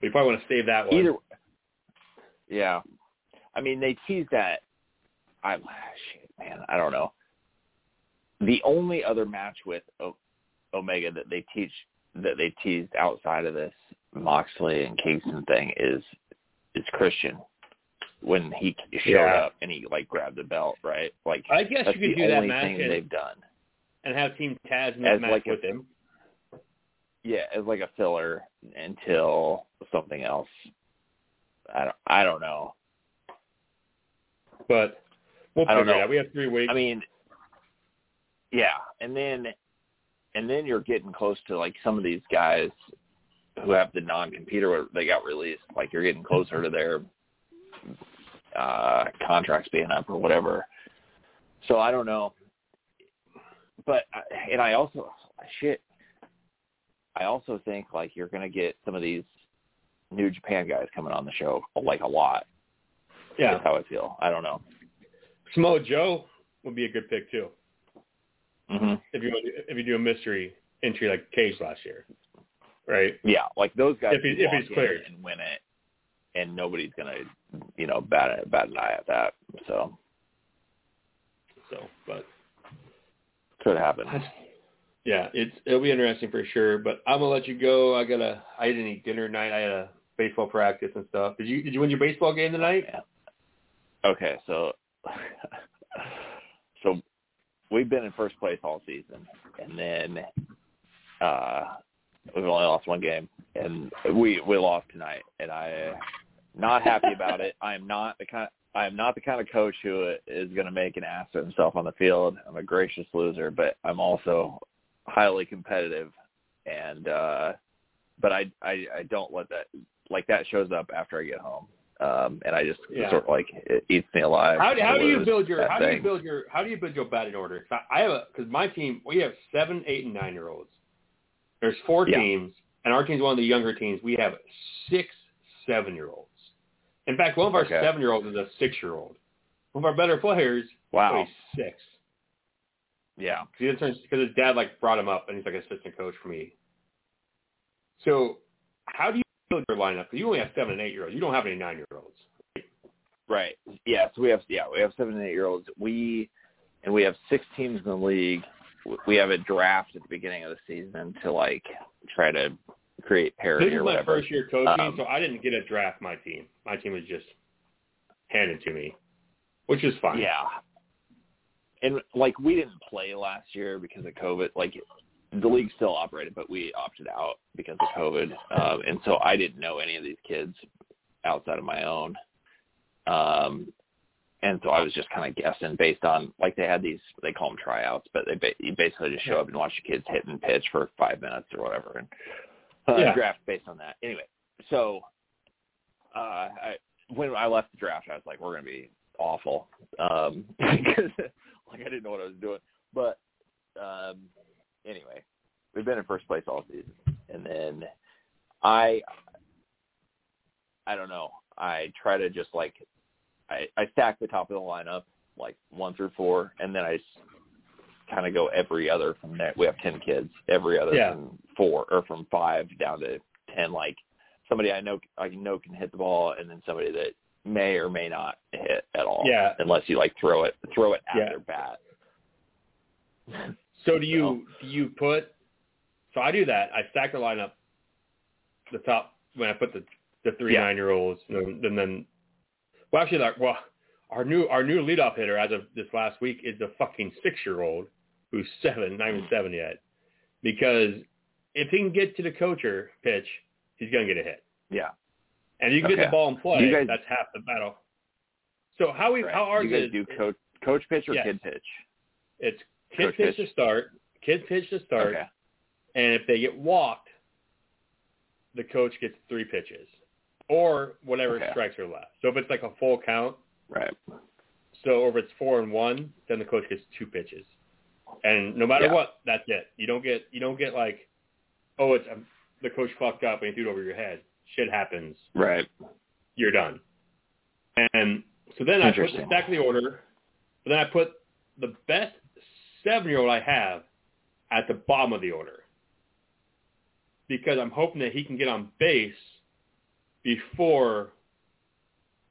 Speaker 3: but you probably want to save that one.
Speaker 4: Either. Yeah, I mean they teased that. I shit, man, I don't know. The only other match with o- Omega that they teach that they teased outside of this Moxley and Kingston thing is is Christian when he showed
Speaker 3: Yeah.
Speaker 4: up and he like grabbed the belt, right? Like
Speaker 3: I guess
Speaker 4: that's
Speaker 3: you could
Speaker 4: the
Speaker 3: do that
Speaker 4: only
Speaker 3: match
Speaker 4: thing
Speaker 3: and,
Speaker 4: they've done.
Speaker 3: and have Team Taz in that
Speaker 4: as
Speaker 3: match
Speaker 4: like a-
Speaker 3: with him.
Speaker 4: yeah, as like a filler until something else. I don't, I don't know.
Speaker 3: But we'll
Speaker 4: I
Speaker 3: figure
Speaker 4: don't
Speaker 3: it
Speaker 4: know.
Speaker 3: out. We have three weeks.
Speaker 4: I mean, yeah, and then and then you're getting close to like some of these guys who have the non-compete or they got released. Like you're getting closer to their uh contracts being up or whatever. So I don't know, but I- and I also shit. I also think like you're gonna get some of these New Japan guys coming on the show like a lot.
Speaker 3: yeah,
Speaker 4: That's how I feel. I don't know.
Speaker 3: Samoa Joe would be a good pick too
Speaker 4: hmm
Speaker 3: if you want to- if you do a mystery entry like Cage last year, right?
Speaker 4: Yeah, like those guys
Speaker 3: If he-
Speaker 4: could
Speaker 3: if
Speaker 4: walk
Speaker 3: he's cleared.
Speaker 4: in and win it, and nobody's gonna, you know, bat an- bat an eye at that. So
Speaker 3: So, but
Speaker 4: could happen.
Speaker 3: yeah, it's it'll be interesting for sure. But I'm gonna let you go. I gotta. I didn't eat dinner tonight. I had a baseball practice and stuff. Did you Did you win your baseball game tonight?
Speaker 4: Yeah. Okay, so so we've been in first place all season, and then uh we've only lost one game, and we we lost tonight, and I not happy about it. I am not the kind. I am not the kind of coach who is going to make an ass of himself on the field. I'm a gracious loser, but I'm also highly competitive, and uh but I I, I don't let that like that shows up after I get home, um and I just
Speaker 3: Yeah.
Speaker 4: sort of like it eats me alive.
Speaker 3: How, do-
Speaker 4: to
Speaker 3: how do you
Speaker 4: lose
Speaker 3: build your
Speaker 4: that
Speaker 3: how do you
Speaker 4: thing.
Speaker 3: build your how do you build your batting order? 'Cause I I have a because my team we have seven, eight, and nine year olds. There's four
Speaker 4: Yeah.
Speaker 3: teams, and our team's one of the younger teams. We have six seven year olds. In fact, one of our
Speaker 4: Okay.
Speaker 3: seven year olds is a six year old. One of our better players
Speaker 4: wow?
Speaker 3: plays six
Speaker 4: Yeah,
Speaker 3: because because his dad like brought him up and he's like assistant coach for me. So how do you build your lineup? Because you only have seven and eight year olds. You don't have any nine year olds.
Speaker 4: right. Yeah, so we have yeah we have seven and eight year olds. We and we have six teams in the league. W- We have a draft at the beginning of the season to like try to create parity
Speaker 3: This is
Speaker 4: or
Speaker 3: my
Speaker 4: whatever.
Speaker 3: first year coaching,
Speaker 4: Um,
Speaker 3: so I didn't get a draft my team. My team was just handed to me, which is fine.
Speaker 4: Yeah. And like we didn't play last year because of COVID. Like the league still operated, but we opted out because of COVID. Um, and so I didn't know any of these kids outside of my own. Um, and so I was just kind of guessing based on like they had these they call them tryouts, but they ba- you basically just show up and watch the kids hit and pitch for five minutes or whatever, and uh,
Speaker 3: Yeah.
Speaker 4: draft based on that. Anyway, so uh, I, when I left the draft, I was like, we're gonna be awful um, because like I didn't know what I was doing. But um, anyway, we've been in first place all season, and then I I don't know. I try to just like I, I stack the top of the lineup like one through four, and then I kind of go every other from there. We have ten kids, every other
Speaker 3: Yeah.
Speaker 4: from four or from five down to ten. Like somebody I know I know can hit the ball, and then somebody that may or may not hit at all.
Speaker 3: Yeah.
Speaker 4: unless you like throw it throw it at
Speaker 3: Yeah.
Speaker 4: their bat.
Speaker 3: So do you
Speaker 4: So-
Speaker 3: do you put? So I do that. I stack the lineup, the top when I put the the three
Speaker 4: Yeah.
Speaker 3: nine year olds, and then, and then well actually like well our new our new leadoff hitter as of this last week is the fucking six year old who's seven not
Speaker 4: Hmm.
Speaker 3: even seven yet because if he can get to the coacher pitch he's gonna get a hit.
Speaker 4: Yeah,
Speaker 3: And you can get
Speaker 4: Okay.
Speaker 3: the ball and play.
Speaker 4: You guys-
Speaker 3: that's half the battle. So how we
Speaker 4: right.
Speaker 3: how ours
Speaker 4: you guys
Speaker 3: is
Speaker 4: do coach coach pitch or
Speaker 3: Yes.
Speaker 4: kid pitch?
Speaker 3: it's kid
Speaker 4: coach
Speaker 3: pitch
Speaker 4: pitch?
Speaker 3: to start, kid pitch to start,
Speaker 4: Okay,
Speaker 3: And if they get walked, the coach gets three pitches or whatever
Speaker 4: Okay.
Speaker 3: strikes are left. So if it's like a full count,
Speaker 4: Right.
Speaker 3: so or if it's four and one, then the coach gets two pitches. And no matter
Speaker 4: Yeah.
Speaker 3: what, that's it. You don't get you don't get like, oh, it's um, the coach fucked up and he threw it over your head. Shit happens.
Speaker 4: Right.
Speaker 3: You're done. And so then I put the
Speaker 4: Interesting.
Speaker 3: stack of the order. But then I put the best seven year old I have at the bottom of the order because I'm hoping that he can get on base before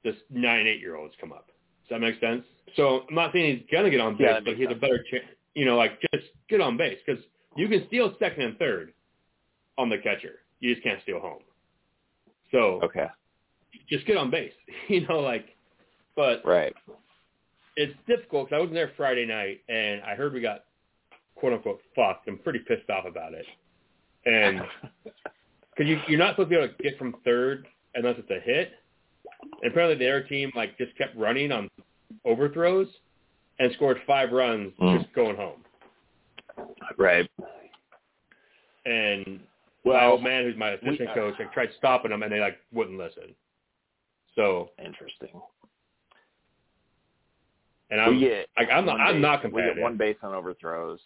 Speaker 3: the nine eight year olds come up. Does that make sense? So I'm not saying he's gonna get on base,
Speaker 4: Yeah, that
Speaker 3: but
Speaker 4: makes
Speaker 3: he has a
Speaker 4: sense.
Speaker 3: better chance. You know, like just get on base because you can steal second and third on the catcher. You just can't steal home. So
Speaker 4: Okay.
Speaker 3: just get on base. You know, like, but
Speaker 4: Right.
Speaker 3: it's difficult because I wasn't there Friday night, and I heard we got quote unquote fucked. I'm pretty pissed off about it, and because you, you're not supposed to be able to get from third unless it's a hit. And apparently, their team like just kept running on overthrows and scored five runs
Speaker 4: Mm.
Speaker 3: just going home.
Speaker 4: Right.
Speaker 3: And my
Speaker 4: Well,
Speaker 3: old man, who's my assistant
Speaker 4: uh,
Speaker 3: coach, like tried stopping them, and they like wouldn't listen. So,
Speaker 4: interesting.
Speaker 3: and I'm
Speaker 4: we get
Speaker 3: like, I'm not,
Speaker 4: one
Speaker 3: I'm
Speaker 4: base-
Speaker 3: not
Speaker 4: We
Speaker 3: competitive.
Speaker 4: get one base on overthrows,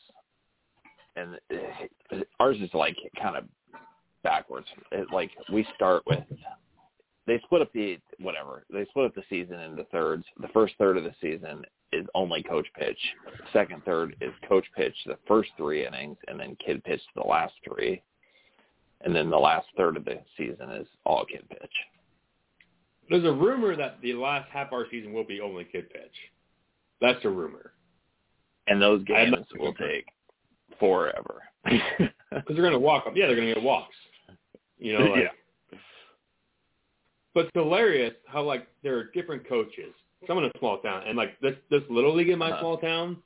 Speaker 4: and eh, ours is like kind of backwards. It, like we start with they split up the whatever they split up the season into thirds. The first third of the season is only coach pitch. Second third is coach pitch the first three innings, and then kid pitch the last three. And then the last third of the season is all kid pitch.
Speaker 3: There's a rumor that the last half hour season will be only kid pitch. That's a rumor
Speaker 4: And those
Speaker 3: I'm
Speaker 4: games
Speaker 3: not
Speaker 4: will take forever.
Speaker 3: because they're going to walk up. Yeah, they're going to get walks. You know. Like,
Speaker 4: Yeah.
Speaker 3: But it's hilarious how like there are different coaches. Some in a small town, and like this this little league in my
Speaker 4: Uh-huh.
Speaker 3: small town,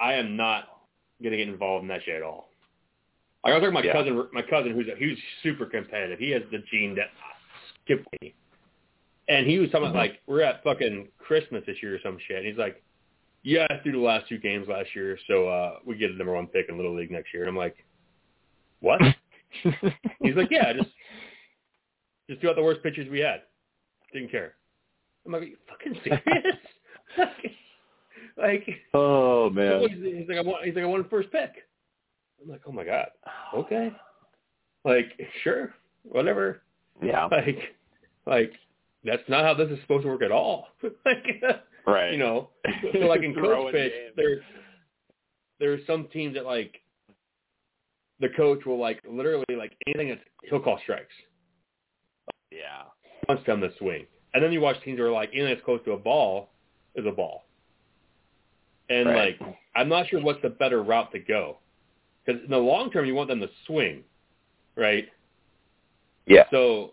Speaker 3: I am not going to get involved in that shit at all. Like I was talking to my
Speaker 4: Yeah.
Speaker 3: cousin, my cousin who's a, he's super competitive. He has the gene that skipped me, and he was talking about,
Speaker 4: Mhm.
Speaker 3: like we're at fucking Christmas this year or some shit. And he's like, yeah, I threw the last two games last year, so uh we get a number one pick in little league next year. And I'm like, what? He's like, yeah, just just threw out the worst pitchers we had. Didn't care. I'm like, are you fucking serious? like,
Speaker 4: Oh man.
Speaker 3: he's, he's like, I want, he's like, I won first pick. I'm like, oh my god, okay, like, sure, whatever.
Speaker 4: Yeah.
Speaker 3: Like, like, that's not how this is supposed to work at all. like,
Speaker 4: Right.
Speaker 3: you know, so like in coach
Speaker 4: Throwing
Speaker 3: pitch,
Speaker 4: games.
Speaker 3: there's there's some teams that like the coach will like literally like anything that's he'll call strikes.
Speaker 4: Yeah.
Speaker 3: wants them to swing. And then you watch teams who are like anything that's close to a ball is a ball. And
Speaker 4: Right.
Speaker 3: like I'm not sure what's the better route to go because in the long term you want them to swing, right?
Speaker 4: Yeah.
Speaker 3: So,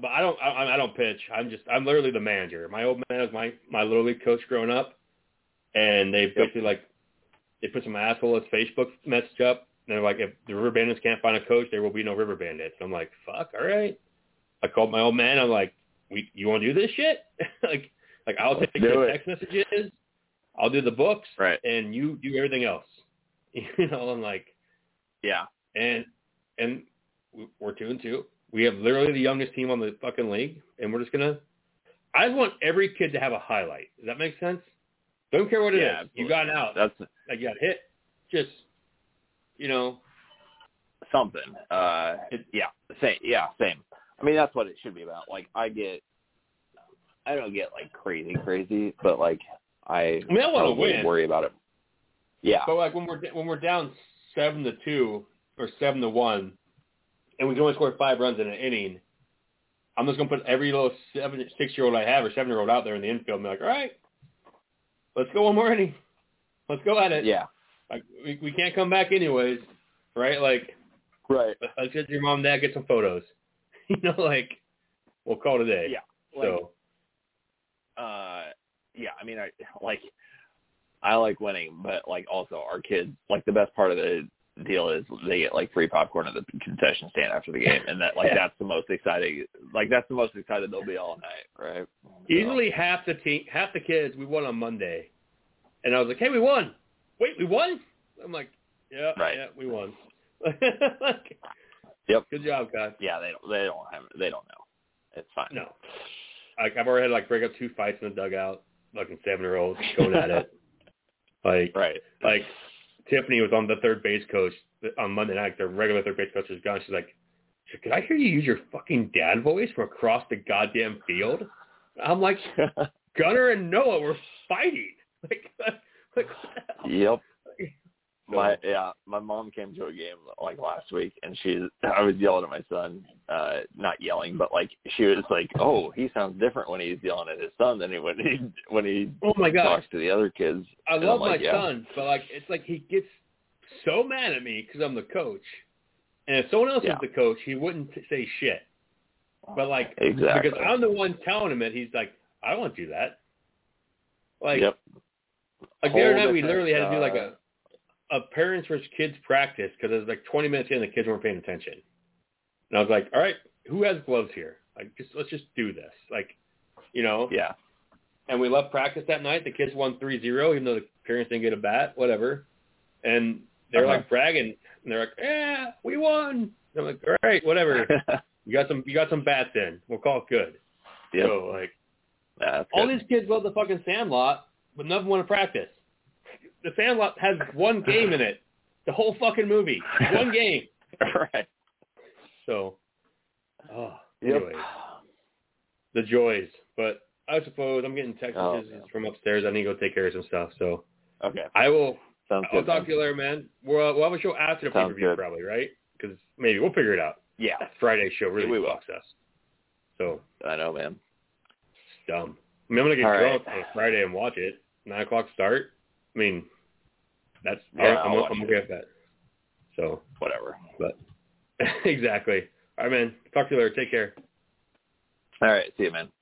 Speaker 3: but I don't I, I don't pitch. I'm just I'm literally the manager. My old man was my my little league coach growing up, and they basically like they put some asshole as Facebook message up. And they're like, if the River Bandits can't find a coach, there will be no River Bandits. I'm like, fuck, all right. I called my old man. I'm like, we, you want to do this shit? like, like I'll take
Speaker 4: Let's do
Speaker 3: your
Speaker 4: it.
Speaker 3: text messages. I'll do the books,
Speaker 4: Right.
Speaker 3: and you do everything else. You know, I'm like,
Speaker 4: Yeah.
Speaker 3: and and we- we're two and two. We have literally the youngest team on the fucking league, and we're just gonna. I just want every kid to have a highlight. Does that make sense? Don't care what it is.
Speaker 4: Yeah,
Speaker 3: You got out.
Speaker 4: That's
Speaker 3: Like you got hit. Just you know.
Speaker 4: something. Uh
Speaker 3: It-
Speaker 4: yeah. Same yeah, same. I mean that's what it should be about. Like I get I don't get like crazy crazy, but like I
Speaker 3: I mean, I want to
Speaker 4: probably
Speaker 3: win,
Speaker 4: worry about it. Yeah.
Speaker 3: but like when we're when we're down seven to two or seven to one, and we can only score five runs in an inning. I'm just gonna put every little seven, six-year-old I have or seven-year-old out there in the infield and be like, all right, let's go one more inning. Let's go at it.
Speaker 4: Yeah.
Speaker 3: Like we we can't come back anyways, right? Like
Speaker 4: Right.
Speaker 3: let's get your mom and dad get some photos. you know, like we'll call it a day.
Speaker 4: Yeah. Like,
Speaker 3: So
Speaker 4: uh yeah, I mean I like I like winning, but like also our kids like the best part of the deal is they get like free popcorn at the concession stand after the game and that like
Speaker 3: Yeah.
Speaker 4: that's the most exciting like that's the most excited they'll be all night, right?
Speaker 3: easily half the team, half the kids, we won on Monday, and I was like, hey, we won. Wait, we won? I'm like, yeah,
Speaker 4: Right.
Speaker 3: yeah, we won. Like,
Speaker 4: Yep.
Speaker 3: Good job, guys.
Speaker 4: Yeah, they don't. They don't have. They don't know. It's fine.
Speaker 3: No. Like I've already had to, like break up two fights in the dugout. Fucking seven year olds going at it. Like
Speaker 4: Right.
Speaker 3: like Tiffany was on the third base coach on Monday night. Their regular third base coach was gone. She's like, "Could I hear you use your fucking dad voice from across the goddamn field?" I'm like, "Gunner and Noah were fighting." Like, like So-
Speaker 4: Yep. My yeah, my mom came to a game like last week, and she I was yelling at my son, uh, not yelling, but like she was like, "Oh, he sounds different when he's yelling at his son than he when he when he
Speaker 3: oh my god,
Speaker 4: talks to the other kids."
Speaker 3: I
Speaker 4: And
Speaker 3: love
Speaker 4: I'm like,
Speaker 3: my
Speaker 4: yeah.
Speaker 3: son, but like it's like he gets so mad at me because I'm the coach, and if someone else
Speaker 4: Yeah.
Speaker 3: was the coach, he wouldn't t- say shit. But like
Speaker 4: Exactly.
Speaker 3: because I'm the one telling him it, he's like, I won't do that. Like
Speaker 4: yep.
Speaker 3: like the other
Speaker 4: Whole
Speaker 3: night, we
Speaker 4: different,
Speaker 3: literally had to do like
Speaker 4: uh,
Speaker 3: a a parents versus kids practice because it was like 20 minutes in, the kids weren't paying attention, and I was like, all right, who has gloves here? Like, just let's just do this, like, you know.
Speaker 4: Yeah.
Speaker 3: And we left practice that night. The kids won 3-0, even though the parents didn't get a bat, whatever. And they're
Speaker 4: Uh-huh.
Speaker 3: like bragging, and they're like, yeah, we won. And I'm like, all right, whatever. You got some, you got some bats in. We'll call it good.
Speaker 4: Yep.
Speaker 3: So like.
Speaker 4: Yeah, that's
Speaker 3: All
Speaker 4: good.
Speaker 3: these kids love the fucking Sandlot, but none of them want to practice. The Sandlot has one game in it, the whole fucking movie, one game.
Speaker 4: right.
Speaker 3: So, oh,
Speaker 4: Yep.
Speaker 3: anyway, the joys. But I suppose I'm getting text
Speaker 4: Oh,
Speaker 3: messages
Speaker 4: man.
Speaker 3: from upstairs. I need to go take care of some stuff. So
Speaker 4: Okay.
Speaker 3: I will.
Speaker 4: Sounds
Speaker 3: I'll
Speaker 4: good.
Speaker 3: talk
Speaker 4: man.
Speaker 3: to you later, man. We'll, we'll have a show after the pay
Speaker 4: Sounds
Speaker 3: per view,
Speaker 4: good.
Speaker 3: probably, right? Because maybe we'll figure it out.
Speaker 4: Yeah.
Speaker 3: That Friday show really
Speaker 4: We will.
Speaker 3: fucks us. So
Speaker 4: I know, man.
Speaker 3: It's dumb. I mean, I'm gonna get
Speaker 4: All
Speaker 3: drunk
Speaker 4: right.
Speaker 3: on a Friday and watch it. Nine o'clock start. I mean, that's
Speaker 4: Yeah,
Speaker 3: I'm,
Speaker 4: I'll
Speaker 3: I'm,
Speaker 4: watch
Speaker 3: I'm
Speaker 4: it.
Speaker 3: okay with that. So
Speaker 4: Whatever.
Speaker 3: exactly. All right, man. Talk to you later. Take care.
Speaker 4: All right. See you, man.